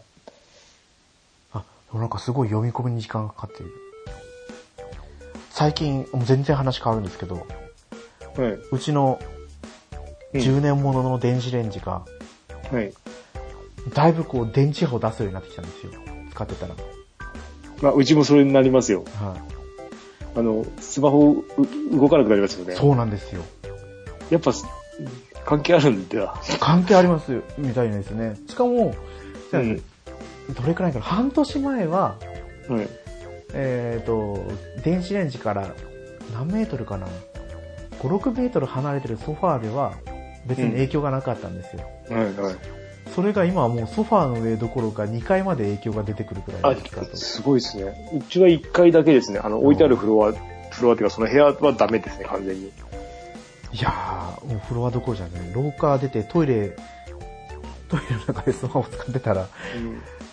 あ、
あ、
でもなんかすごい読み込みに時間がかかってる。最近、もう全然話変わるんですけど、
はい、
うちの
うん
10年ものの電子レンジが、
はい。
だいぶこう電磁波を出すようになってきたんですよ。使ってたら。
まあ、うちもそれになりますよ。
はい、
あの、スマホう動かなくなりますよね。
そうなんですよ。
やっぱ、す関係あるんだ。
関係ありますみたいですね。しかも、じゃあ
うん
どれくらいかな半年前は、
はい。
えっ、と、電子レンジから何メートルかな ?5、6メートル離れてるソファーでは別に影響がなかったんですよ。
はい、はい。
それが今はもうソファーの上どころか2階まで影響が出てくるくらいですか
あ、
と。
すごいですね。うちは1階だけですね。あの、置いてあるフロア、フロアっていうか、その部屋はダメですね、完全に。
いやー、もうフロアどころじゃない。廊下出てトイレ、トイレの中でスマホ使ってたら、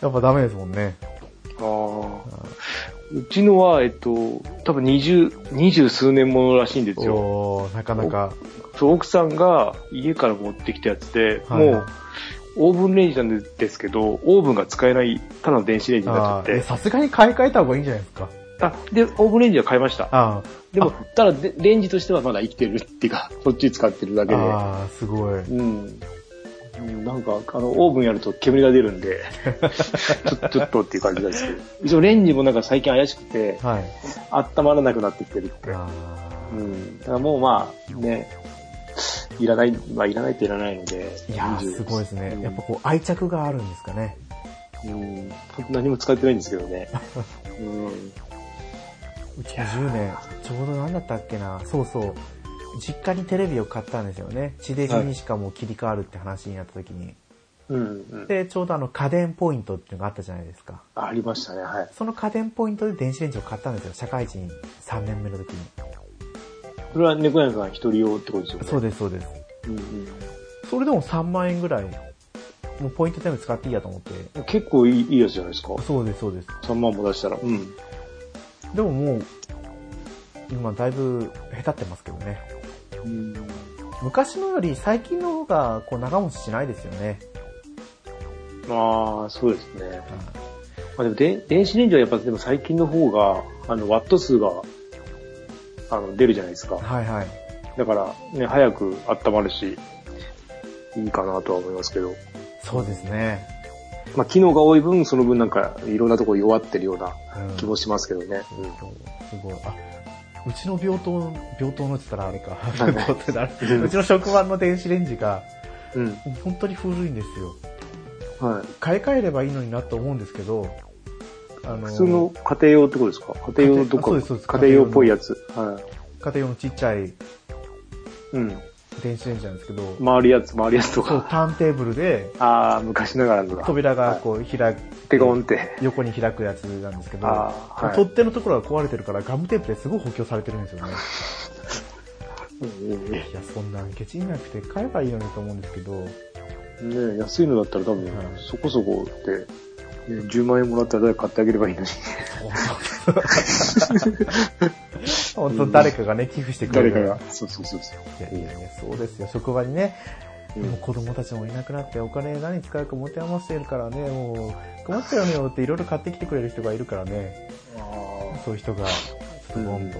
やっぱダメですもんね。
ああ。うちのは、えっと、多分20、二十数年ものらしいんですよ。
おー、なかなか。
そう、奥さんが家から持ってきたやつで、
はい
もう、オーブンレンジなんですけど、オーブンが使えない、ただの電子レンジにな
あ
っちゃ
ー
っ
え
て。
さすがに買い替えた方がいいんじゃないですか。
あ、で、オーブンレンジは買いました。
あ
でも、ただで、レンジとしてはまだ生きてるっていうか、 そっち使ってるだ
ー
けで。
あー、すごい。
うん。うんなんか、あの、オーブンやると煙が出るん で、ちょちょっとっていう感じなんですけど。一応レンジもなんか最近怪しくて、
はい。
温まらなくなってきてるって。
あー
うん。だからもうまあ、ね、いらない、まあいらないっていらないので。
いやー、すごいですね。やっぱこう、愛着があるんですかね。
うん、うん。本当何も使ってないんですけどね。うん。
うちも10年、ちょうど何だったっけな。そうそう。実家にテレビを買ったんですよね。地デジにしかもう切り替わるって話になった時に。
うん、うん。
で、ちょうどあの家電ポイントっていうのがあったじゃないですか。
ありましたね、はい。
その家電ポイントで電子レンジを買ったんですよ。社会人3年目の時に。
それは猫屋さん一人用ってことですよね。
そう
で
です、そうです。
す。うんうん
それでも3万円ぐらい、もうポイント全部使っていいやと思って。
結構いいいいやつじゃないですか。
そうです、そうです。
3万も出したら。うん。
でももう、今だいぶ下手ってますけどね。昔のより最近の方がこう長持ちしないですよね。
まあ、そうですね。まあでもで、電子レンジはやっぱでも最近の方が、あの、ワット数があの、出るじゃないですか。
はいはい。
だから、ね、早く温まるし、いいかなとは思いますけど。
そうですね。
まあ、機能が多い分、その分なんか、いろんなとこ弱ってるような
うん
気もしますけどね。
すごい。あ、うちの病棟、病棟のって言ったらあれか。
い
病棟ってなるうちの職場の電子レンジが、
うん。
もう本当に古いんですよ。
うん。はい。
買い替えればいいのになと思うんですけど、あの
普通の家庭用ってことですか家庭用ど
家庭あそう
っか
ですそうです
家庭用っぽいやつ。は
家庭用のちっちゃい
い。うん。
電子レンジなんですけど、
回るやつ、回るやつと
そう、
か。
ターンテーブルで、
ああ、昔ながらのだ。
扉がこう開く、
ペコンって。
横に開くやつなんですけど、
あーはい
取っ手のところが壊れてるからガムテープですごい補強されてるんですよね。
うんうんうんね
いや、そんなんケチいなくて買えばいいのにと思うんですけど、
え安いのだったら多分
はい、
そこそこって、ね、10万円もらったら誰か買ってあげればいいのに。
本当誰かがね、寄付してくれ
誰
る
かが。そうそうそうそう。
いやいやいや、そうですよ。職場にね、
うん
もう子供たちもいなくなってお金何使うか持て余してるからね、もう困っちゃうのよっていろいろ買ってきてくれる人がいるからね、
あ
そういう人が、ちょっとボンと。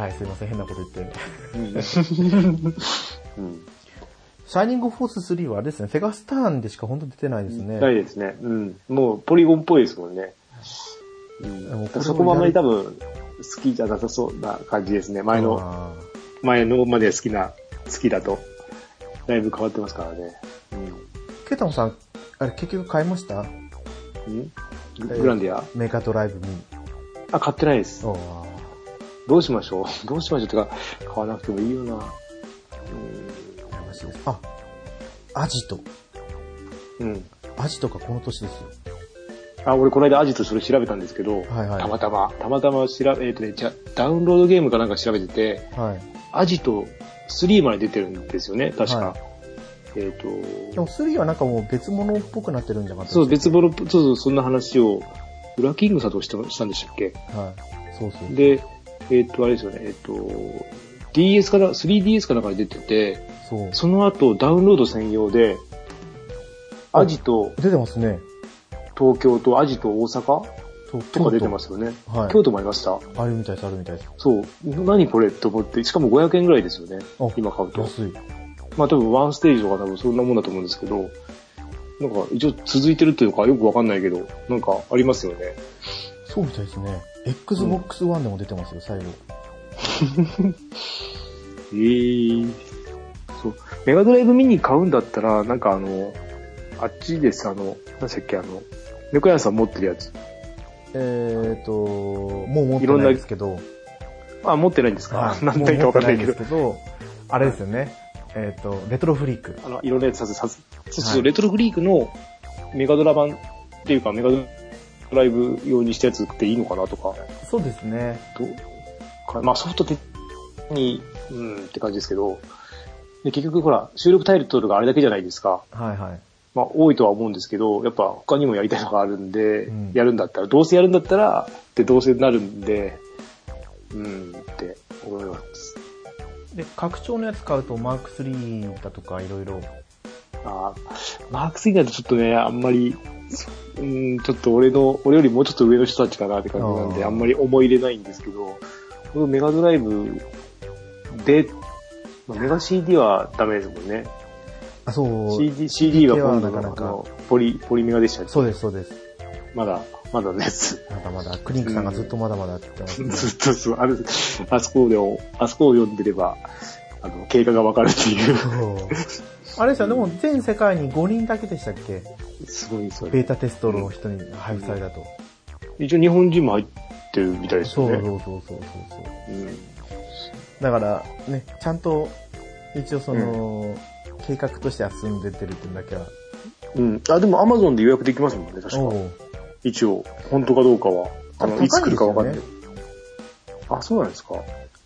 はい、すいません、変なこと言って。
あ。うん。
シャイニングフォース3はあれですね、セガスターンでしか本当出てないですね。
ないですね。うん。もう、ポリゴンっぽいですもんね。う
でも
ん、
これを
そこもあんまり多分、好きじゃなさそうな感じですね。前の、
あー
前のまで好きな、好きだと、だいぶ変わってますからね。う
ケタモさん、あれ結局買いました
ん。んググランディア、
メーカードライブに。
あ、買ってないです。
おー
どうしましょう どうしましょうってか、買わなくてもいいよな。う
羨ましいです。あ、アジト。
ん。うん。
アジトがこの年ですよ。
あ、俺この間アジトそれ調べたんですけど、
はいはい
たまたま、たまたま調べ、えっ、とね、じゃダウンロードゲームかなんか調べてて、
はい。
アジト3まで出てるんですよね、確か。
は
えっ、
でも
と、
3はなんかもう別物っぽくなってるんじゃなかった
そう、
です
別ボロ、そうそう、そんな話を、ウラキングさんとしてしたんでしたっけ
かはい。そうそう。
で、えっ、と、あれですよね、えっ、と、DS から、3DS かなんかで出てて、
そう。
その後ダウンロード専用で、アジト
出てますね。
東京とアジト大阪
と
とか出てますよね。
はい
京都もありました
あるみたいです、あるみたいです。
そう。何これと思って、しかも500円ぐらいですよね
あ。
今買うと。
安い。
まあ多分ワンステージとか多分そんなもんだと思うんですけど、なんか一応続いてるというかよくわかんないけど、なんかありますよね。
そうみたいですね。Xbox One でも出てますよ、最後。
ええそう。メガドライブミニ買うんだったら、なんかあの、あっちです、あの、何でしたっけ、あの、猫屋さん持ってるやつ。
えーと、もう持ってないですけど。
あ、持ってないんですか
はい
何体かわかんないけ
も
ど
う持ってないんで。すけど、あれですよね。えっと、レトロフリーク。
あの、いろんなやつさせ、させ、そうそう、
はい
レトログリークのメガドラ版っていうか、メガドライブ用にしたやつっていいのかなとか、
そうですね。
どうかまあソフト的に、うんって感じですけど、で結局ほら、収録タイトルがあれだけじゃないですか。
はいはい。
まあ多いとは思うんですけど、やっぱ他にもやりたいのがあるんで、
うん
やるんだったら、どうせやるんだったら、でどうせなるんで、うんって思います。
で、拡張のやつ買うとマーク3だとかいろいろ。
あーマークスになるとちょっとね、あんまり、うん、ちょっと俺の、俺よりもうちょっと上の人たちかなって感じなんで、
あー
あんまり思い入れないんですけど、このメガドライブで、まあメガ CD はダメですもんね。
あ、そう。
CD、CD は今
な
度
かなか
のポリ、ポリメガでしたっけ
そうです、そうです。
まだ、まだのやつ。
まだまだ、クリンクさんがずっとまだまだって言ってますね。
ずっとそう、あれ、あそこで、あそこを読んでれば、あの、経過がわかるっていう。
あれですよ、でも全世界に5人だけでしたっけ
すごいですよ
ベ
ね
ー。タテストの人に配布されたと。
一応日本人も入ってるみたいです
そ
よ
う
ね。
そうそうそうそうそう。
うん
だから、ね、ちゃんと、一応その、計画としては進んでってるってだけは。
うん。あ、でも Amazon で予約できますもんね、確
お
か。
う
一応、本当かどうかは。あ
あ
の、
高い
いつ来るかわかんない
です。
あ、そうなんですか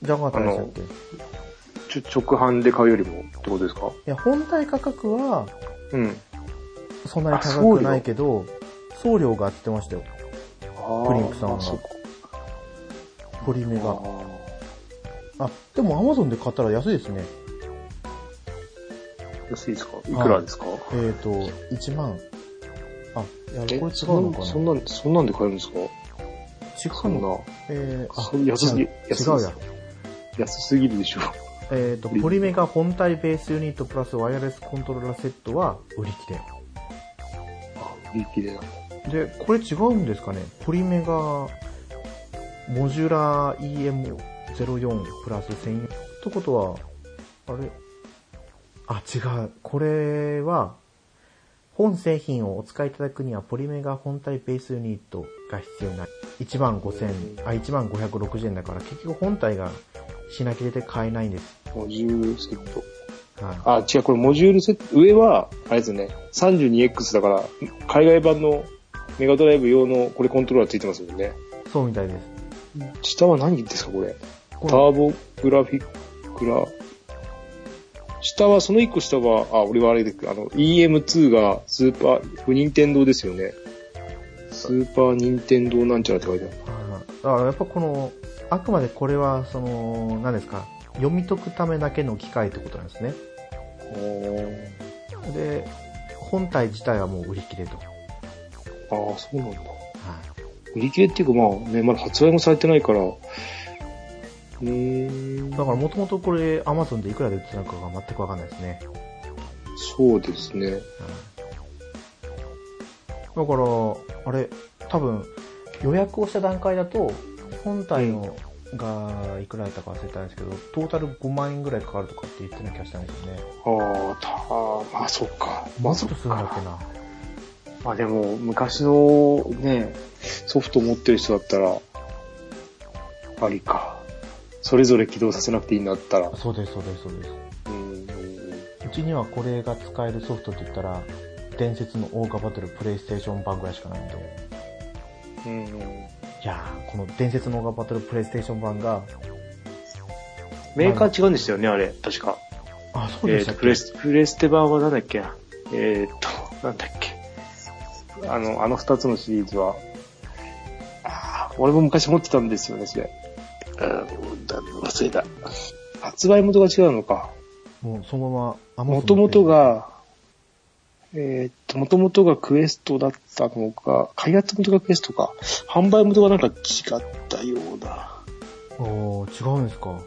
じゃなかったんでしたっけい
ちょ、直販で買うよりもってことですか
や、本体価格は、
うん。
そんなに高くないけど、送料がって言ってましたよ。
あ
クリンクさん
ー
が
あ、そうか。
ポリメ
あ
が。あ、でも Amazon で買ったら安いですね。
ー安いですかいくらですか
えっ、ー、と、1万。あ、いや、これ違うのかな
そんなん、そんなんで買えるんですか
違
そ
うんの
な、
えー、
そん安すぎ
違う
安すぎ
違うやろ。
安すぎるでしょ。
えっ、と、ポリメガ本体ベースユニットプラスワイヤレスコントローラーセットは売り切れ。
あ、売り切れなの。
で、これ違うんですかねポリメガモジュラー EM04 プラス1000ってことは、あれあ、違う。これは、本製品をお使いいただくにはポリメガ本体ベースユニットが必要になる。1万5000、あ、1万560円だから結局本体が品切れで買えないんです。
モジュールセット。
はい。
あ、違う、これモジュールセット、上は、あれですね、32X だから、海外版のメガドライブ用の、これコントローラーついてますもんね。
そうみたいです。
下は何ですか、これ。
こ
タ
れ
ーボグラフィックラ。下は、その一個下は、あ、俺はあれで、あの、EM2 がスーパー、不任天堂ですよね。スーパー任天堂なんちゃらって書いてある。
あーだからやっぱこの、あくまでこれは、その、何ですか、読み解くためだけの機械ってことなんですね。で、本体自体はもう売り切れと。はい。
ああ、そうなんだ。売り切れっていうか、まあね、まだ発売もされてないから、うーん
だか。らもともとこれ Amazon でいくらで売ってたのかが全くわかんないですね。
そうですね。
はい、だから、あれ、多分予約をした段階だと、本体の、がいくらだったか忘れたんですけど、トータル5万円ぐらいかかるとかって言ってな気がしたんですよね。
ああ、たあーまあ、そっか。
も
ま
う
あ、
ち
そ
ょっと
っ
するんだっけ
か。
な。
まあ、でも、昔のね、ソフト持ってる人だったら、ありか。それぞれ起動させなくていいんだったら。
そうです、そうです、そうです。
うん。
うちにはこれが使えるソフトって言ったら、伝説のオーガバトルプレイステーション版ぐらいしかないんで。
うん。
いやー、この伝説のオーガバトルプレイステーション版が、
メーカー違うんですよね、あれ。確か。
あ、そう
え
で
っ、
した
と、
っ
プ
け、
レス、プレステ版はなんだっけなえっ、と、なんだっけ。あの、あの二つのシリーズは、あー俺も昔持ってたんですよね、それ。あーだ忘れた。発売元が違うのか。
もうそのまま、
もともと、が、えーっと、もともとがクエストだったのか、開発元がクエストか、販売元がなんか違ったような。
おー違うんですか。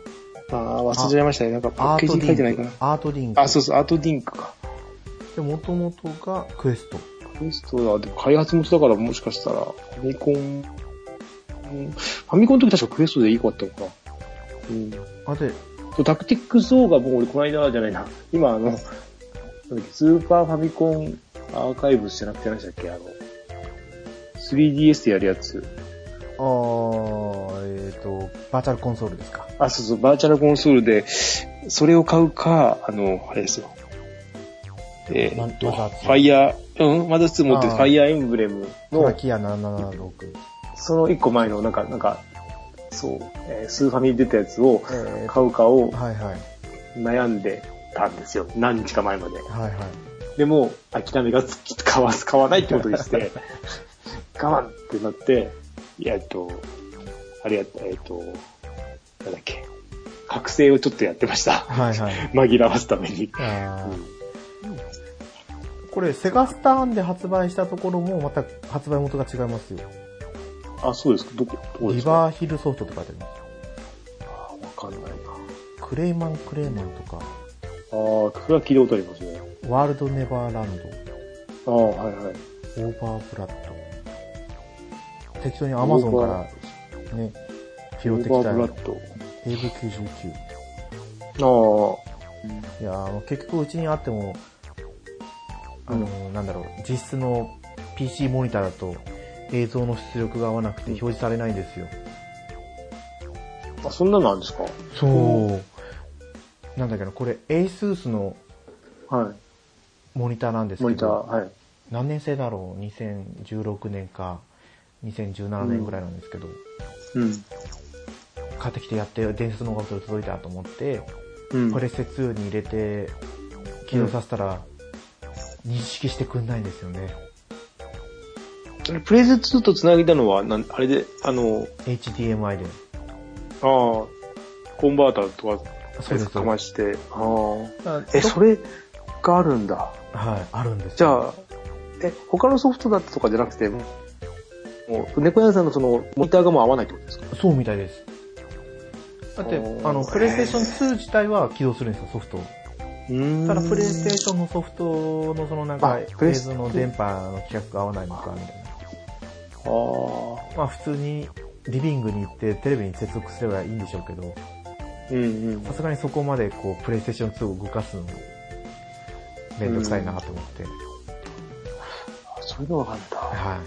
ああ、忘れちゃいましたね。なんかパ
ア
ッケ
ー
ー
ト
ジに書い
リ
てない
ン
か
ク
な。。
アートリンク。
あ、そうそう、アートディンクか。
で、もともとがクエスト。
クエストは、でも開発元だからもしかしたら、ファミコン、うんファミコンの時確かクエストでいい子だったのかな。うん。
あ、で、
そうタクティックスオーがもう俺この間じゃないな。今あの、なんだっけスーパーファミコンアーカイブスじゃなくて何でしたっけあの、3DS でやるやつ。
あー、えっ、と、バーチャルコンソールですか。
あ、そうそう、バーチャルコンソールで、それを買うか、あの、あれですよ。え
マ
ーっと、
マザー2
ファイヤー、うん、マザー2持ってる
あー
ファイヤーエンブレム
トラ
の、
キア776。
その一個前の、なんか、なんか、そう、えースーファミに出たやつを
えー
買うかを
はいはい。
悩んでたんですよ。何日か前まで。
はいはい。
でも、諦めがつき、買わす、買わないってことにして、 我慢ってなって、いや、えっと、あれやった、えっと、なんだっけ、覚醒をちょっとやってました。
はいはい。
紛らわすために。
あー
うん
これ、セガスターンで発売したところも、また発売元が違いますよ。
あ、そうですか、どこ、どこで
リ
すか
バーヒルソフトとかでね、
あわかんないな。
クレイマンクレイマンとか、
あー、これは聞いたことありますね。
ワールドネバーラン
あー、はいはい。
ド、オーバーフラット。適当に Amazon からね、拾ってき
オーバ
た
ーブラッド。
AV99。
あ
いやー結局うちにあっても、あのーなんだろう、実質の PC モニターだと映像の出力が合わなくて表示されないんですよ。
あ、そんなのあるんですか
そう。なんだっけど、これ ASUS の
は
モニターなんです
い。
けど、
モニター、はい。
何年生だろう ?2016 年か2017年ぐらいなんですけど、
うん。
買ってきてやって伝説の音楽が届いたと思って、
うん。
プレステ2に入れて起動させたら、認識してくんないんですよね。
プレゼン2と繋げたのは、なんあれで、あの、
HDMI で。
ああ、コンバーターとか、
そうです。
かまして。ああ。
あ
え、それがあるんだ。
はい、あるんです
じ
よ
ゃあ、え、他のソフトだったとかじゃなくて、もう、猫屋さんのその、モニターがもう合わないってことですか
そうみたいです。だって、
おー
あの、プレイステーション2自体は起動するんですよ、ソフトを。ただ、プレイステーションのソフトのそのなんか
あ、プレ
映
ス
像の電波の規格が合わないのか、みたいな。
ョン。あ
まあ、普通にリビングに行ってテレビに接続すればいいんでしょうけど、
あ。うんうん。
さすがにそこまでこう、プレイステーション2を動かすのも、めんどくさいなと思って。
そういうのがあるんだ。あ
はい。
あ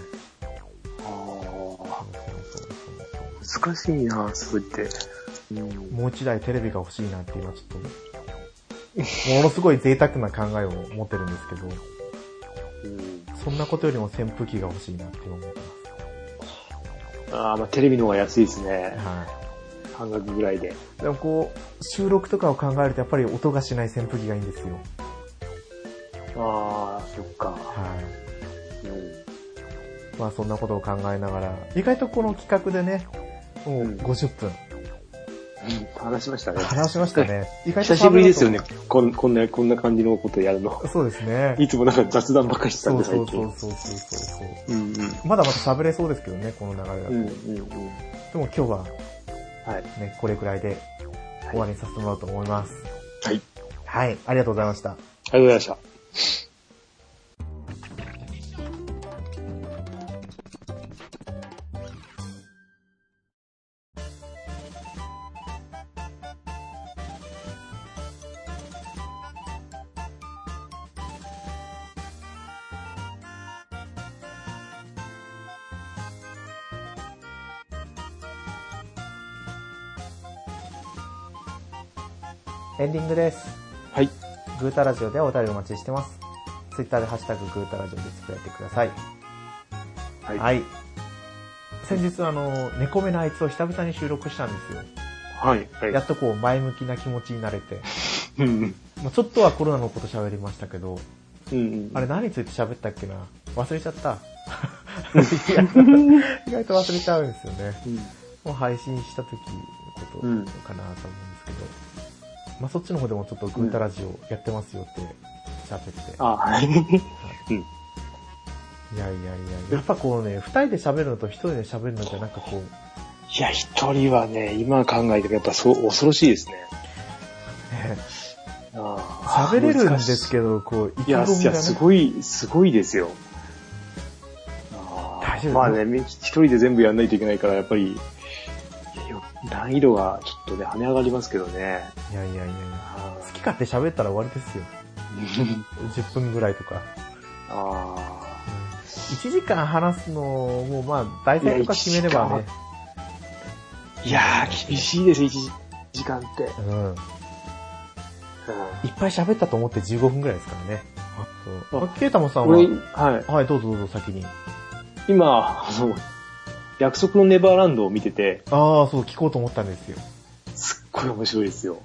そうそうそうそう
難しいな、そう言って。うん
もう一台テレビが欲しいなって今ちょっと、ものすごい贅沢な考えを持ってるんですけど、
うん
そんなことよりも扇風機が欲しいなって今思ってま
ああ、まあテレビの方が安いですね
す。。は
半額ぐらいで。
い。でもこう、収録とかを考えるとやっぱり音がしない扇風機がいいんですよ。
ああ、そっか。
はい。
うん。
まあそんなことを考えながら、意外とこの企画でね、もう
うん
50分
話しましたね。
話しましたね。意外と
久しぶりですよね。こんこんな、こんな感じのことやるの。
喋れると思う。そうですね。
いつもなんか雑談ばっかりしてた
そ
んで、
うそ
最
うそうそ
近。
うそうそう。
うんうん。
まだまだ喋れそうですけどね、この流れだと。
うん
で
うんうん。
も今日は
はい。
ね、これくらいで終わりにさせてもらおうと思います。
はい。あり
はい、ありがとうございました。
がとうございました。
エンディングです。
はい。
グータラジオではお便りお待ちしてます。ツイッターでハッシュタググータラジオでつぶやいてください。
はい。は。
はいい。先日あの、猫目のあいつを久々に収録したんですよ。
はい。
やっとこう前向きな気持ちになれて。
うん
まあ、ちょっとはコロナのこと喋りましたけど、
うん。うん。
あれ何について喋ったっけな忘れちゃった。意外と忘れちゃうんですよね。
うん。
もう配信した時のことか
うん
なと思うんですけど、まあそっちの方でもちょっとグータラジオやってますよって喋って、
あはい。 うん。
いやいやいややっぱこうね、二人で喋るのと一人で喋るのじゃなんかこう、
いや、一人はね、今考えてもやっぱそう、恐ろしいですね。
ね、
あー
喋れるんですけど、こう、意
い
気
や、
込
い
みが
や、
ね、
すごい、すごいですよ。あー
大丈夫
まあね、み一人で全部やんないといけないから、やっぱり、よ難易度がちょっとね、跳ね上がりますけどね。
いやいやいやいや
あ
好き勝手喋ったら終わりですよ。
ー
10分ぐらいとか。
あ
1時間話すのもまあ、題材とか決めればね。
ー。いやー、厳しいです、一時間って。うん
うん。いっぱい喋ったと思って15分ぐらいですからね。あそう。
あ
ケイタモさんは
俺、はい。
はい、どうぞどうぞ先に。
今、あの、約束のネバーランドを見てて、
ああ、そう、聞こうと思ったんですよ。
すっごい面白いですよ。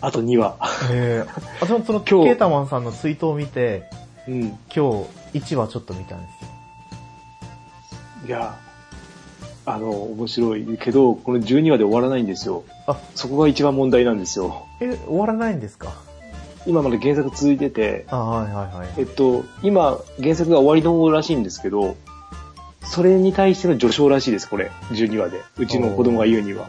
あと2話。
ええあ、その、その、
今日
ケータマンさんのツイートを見て、
うん。
今日、1話ちょっと見たんですよ。
いや、あの、面白いけど、この12話で終わらないんですよ。
あ、
そこが一番問題なんですよ。
え、終わらないんですか
今まで原作続いてて、
あはいはいは
え
い。
っと、今、原作が終わりの方らしいんですけど、それに対しての序章らしいです、これ。12話で。うちの子供が言うには。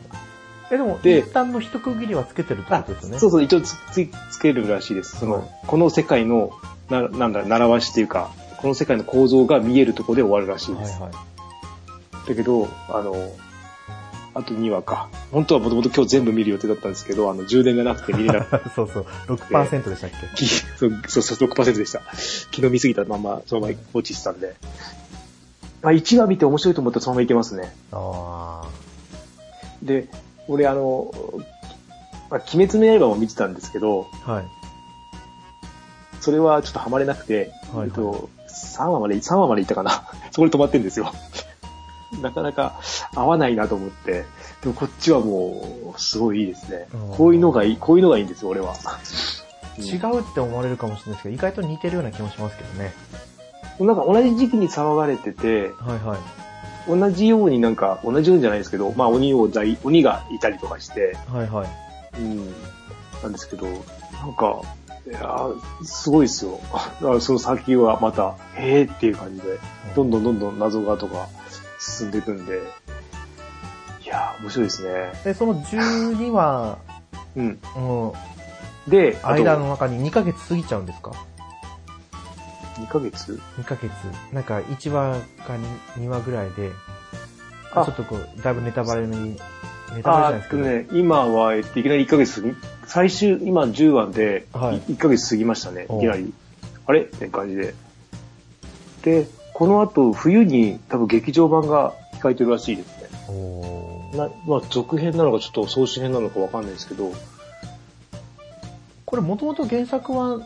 え、でも、
で
一旦の一区切りはつけてるってこ
あ
とですよね。
そう
う。
そう、一応つつつけるらしいです。その、
はい
この世界の、ななんだ、習わしっていうか、この世界の構造が見えるところで終わるらしい
は
で
い
す。
はい。
だけど、あの、あと2話か。本当はもともと今日全部見る予定だったんですけど、あの、充電がなくて見れなくて
そうそう、6%でしたっけ、
き そう、そうそう、6%でした。昨日見すぎたまま、そのまま放置してたんで。まあ、1話見て面白いと思ったらそのままいけますね。
あ
で、俺あの、まあ、鬼滅の刃も見てたんですけど、
あ。はい。
それはちょっとハマれなくて、
はいはい
えっと、3話まで、3話までいったかな。 そこで止まってんですよ。 なかなか合わないなと思って。でもこっちはもう、すごいいいですね
うん。
こういうのがいい、こういうのがいいんですよ、俺は。
違うって思われるかもしれないですけど、意外と似てるような気もしますけどね。
うん。なんか同じ時期に騒がれてて、
はいはい。
同じようになんか、同じようにじゃないですけど、まあ鬼を在、鬼がいたりとかして、
はいはい。
うん。なんですけど、なんか、いやーすごいですよ。 だからその先はまた、へーっていう感じで。どん
ん。
どんどんどん謎がとか、進んでいくんで、いやー、面白いですね。
で、その12話、
うん。
うん、
で、あと、
間の中に2ヶ月過ぎちゃうんですか
2ヶ月
?2 ヶ月。なんか1話か 2, 話ぐらいで、ちょ
あ
っとこう、だいぶネタバレに、ネタバ
あ
レじゃないです
ーっ
け
と
ど、
ね、今は、えっと、いきなり1ヶ月過ぎ、最終、今10話で、
はい
1ヶ月過ぎましたね、
お
いうきなり。あれって感じで。で、この後、冬に多分劇場版が控えてるらしいですね。
おー
なまあ、続編なのか、ちょっと総集編なのかわかんないですけど、
これもともと原作は、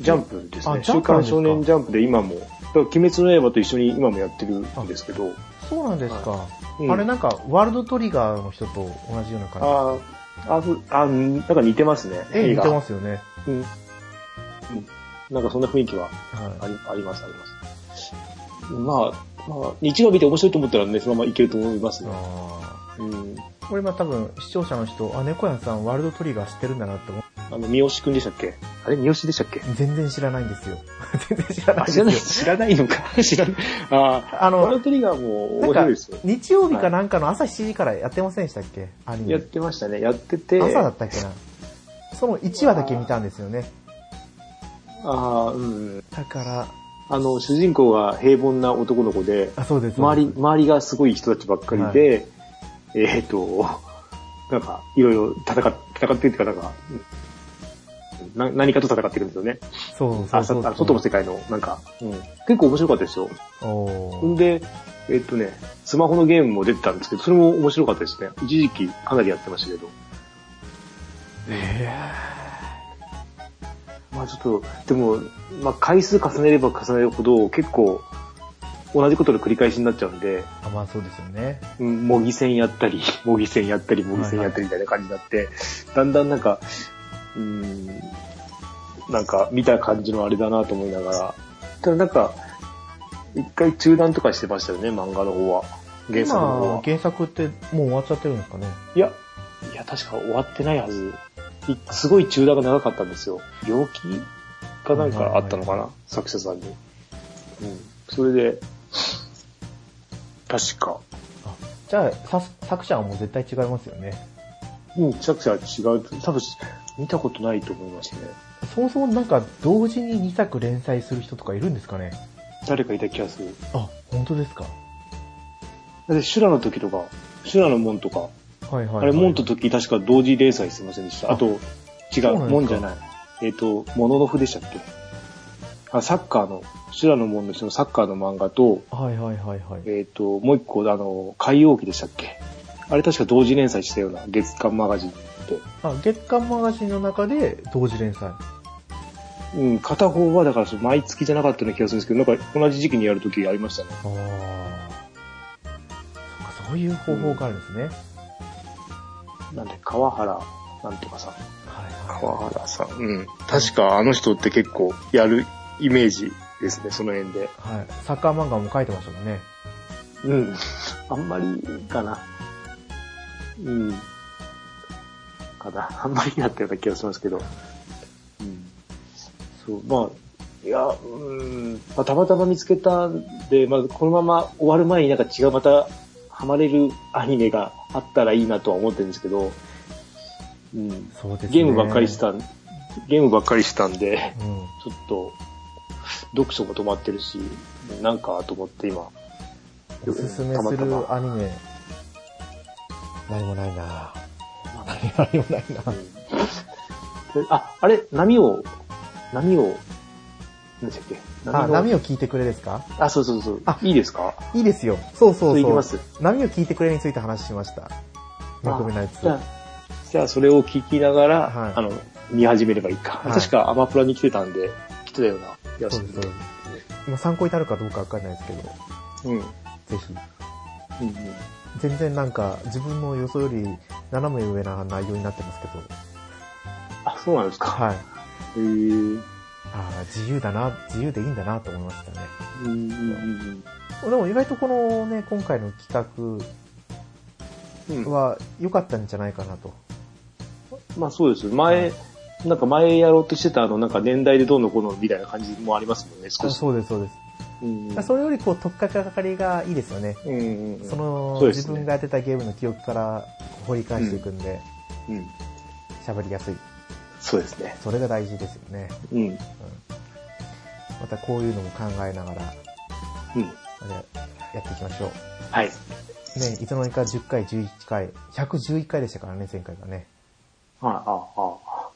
ジャンプです
あ
ね。
ジャン
週
プなん
刊
ですか
少年ジャンプで今も、だから鬼滅の刃と一緒に今もやってるんですけど、
そうなんですか。
うん
あれなんか、ワールドトリガーの人と同じような感
あーあふあ、なんか似てますね。。
じ。え、似てますすよね。
うん。うんなんかそんな雰囲気はあ
はい。
りあります、あります。まあ、まあ、日曜日で面白いと思ったらね、そのままいけると思いますね。
あ
うん。
ーこれ今多分視聴者の人、あ、猫屋さんワールドトリガー知ってるんだなって思う。
あの、三好くんでしたっけあれ三好でしたっけ
全然知らないんですよ。全然知らないん
あ、
で
知
す
ら
よ
ない、。知らないの か。知らない。あ
あ
あ、ワール
の
ド、トリガ
な
ーも面
んか
白いですよ、。
日曜日かなんかの朝7時からやってませんでしたっけアニメ
やっ。てましたね。やってて。
朝だったっけな。その1話だけ見たんですよね。
ああ、うん。
だから、
あの、主人公が平凡な男の子で、
あ、そうです。
周り、周りがすごい人たちばっかりで、えっ、と、なんか、いろいろ戦っ、戦ってるっていうか、なんか、な何かと戦ってるんですよね。
そうそ
あ
うそう。
さあ外の世界の、なんか、うん、結構面白かったですよ。
お
ん
ー
で、えっ、とね、スマホのゲームも出てたんですけど、それも面白かったですね。一時期かなりやってましたけど。まあちょっと、でも、まあ回数重ねれば重ねるほど、結構、同じことの繰り返しになっちゃうんで、
あ、まあそうですよね。
うん模擬戦やったり、 模擬戦やったり、模擬戦やったりみたいな感じになって、だんだんなんか、うーん、なんか見た感じのあれだなと思いながら、ただなんか、一回中断とかしてましたよね、漫画の方は。原作の方
今
は、。
原作ってもう終わっちゃってるんですかね。
いや、いや、確か終わってないはず。いすごい中断が長かったんですよ。病気かなんかあったのかな、作者さんに。うん。それで、確か。
じゃあ、さ作者はもう絶対違いますよね。
うん、作者は違う。多分、見たことないと思いますね。
そもそもなんか同時に2作連載する人とかいるんですかね
誰かいた気がする。
あ、本当ですか
だって、修羅の時とか、修羅の門とか、
はいはい、はい。
あれ、門と時確か同時連載してませんでした。
あ
あと、違
そう
う、
なんですか
門じゃない。えっ、と、モノノフでしたっけあ、サッカーの、修羅の門の人のサッカーの漫画と、
はいはいはいはい。
えっ、と、もう一個、あの、海王記でしたっけあれ確か同時連載したような、月刊マガジンって。
あ、月刊マガジンの中で同時連載。
うん、片方はだからその毎月じゃなかったような気がするんですけど、なんか同じ時期にやる時ありましたね。
ああ。そっかそういう方法があるんですね。
なんで、川原なんとかさん。
はいは
川原さん。うん。確かあの人って結構やるイメージですね、その辺で。
い。はい。サッカー漫画も書いてましたもんね。
うん。あんまりかな。うん。かな。あんまりなったような気がしますけど。うん。そう、まあ、いや、うん。まあ、たまたま見つけたんで、まあ、このまま終わる前になんか違うまたハマれるアニメがあったらいいなとは思ってるんですけど、うん。
そうですね。
ゲームばっかりしてたん、ゲームばっかりしてたんで、
うん。
ちょっと、読書も止まってるし、なんかと思って今。
おすすめ
たますたま
るアニメ。何もないな何もないな
うんあ、あれ、波を、波を、何でしたっけ
あ、波
を。
を聞いてくれですか
あ、そうそうそう。
あ
いいですか
いいですよ。そうそうそう。
いきます。
波を聞いてくれについて話しました。まとめのやつ。
じゃあ、じゃあそれを聞きながら、
はい
あの、見始めればいいか。
はい
確かアマプラに来てたんで、来てたような気が
そ
す
うで
る
す、そうです。まあ参考になるかどうかわかんないですけど、ぜ
うん。うん
ひ。
うん。
全然なんか、自分の予想より斜め上な内容になってますけど、
あ、そうなんですか。
はい。
へー
ああ、自由だな、自由でいいんだなと思いましたね。
うんうんうん
でも意外とこのね、今回の企
うん
画
うん。
は良かったんじゃないかなと。
まあそうです。前、なんか前やろうとしてたあの、なんか年代でどうのこうのみたいな感じもありますもんね、少
あ
し。
そうです、そうです。
うんうん。
それよりこう、とっかかかりがいいですよね。
うんうんうん
その、
そうです
自
ね
分がやってたゲームの記憶から掘り返していくんで、
うん。
喋、りやすい。
そうですね。
それが大事ですよね。
うん。うん。
またこういうのも考えながら、あれやっていきましょう。
はい。
ね、いつの間にか10回、11回、111回でしたからね、前回がね。
ああ、ああ。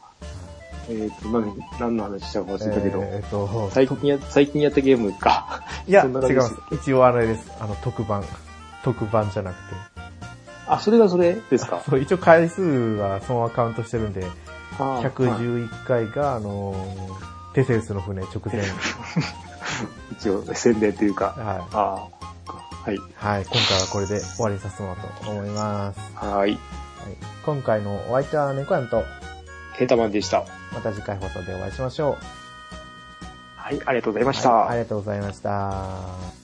えっ、ー、と、何、何の話したか忘れたけど、
えーっと、
最近や、最近やったゲームか。
いや、違
そ
い
んな感じで
ますす。一応あれです。あの、特番。特番じゃなくて。
あ、それがそれです か。
そう、一応回数はそのままカウントしてるんで、
ああはい
111回が、あのーテセウスの船直 前。
一応、宣伝という
は
か。
い。
ああ。はい。
はい、今回はこれで終わりにさせてもらおうと思います。は
はい。
い、今回のお相手は猫やんと、
ケンタマンでした。
また次回放送でお会いしましょう。
はい、ありがとうございました。
はいありがとうございました。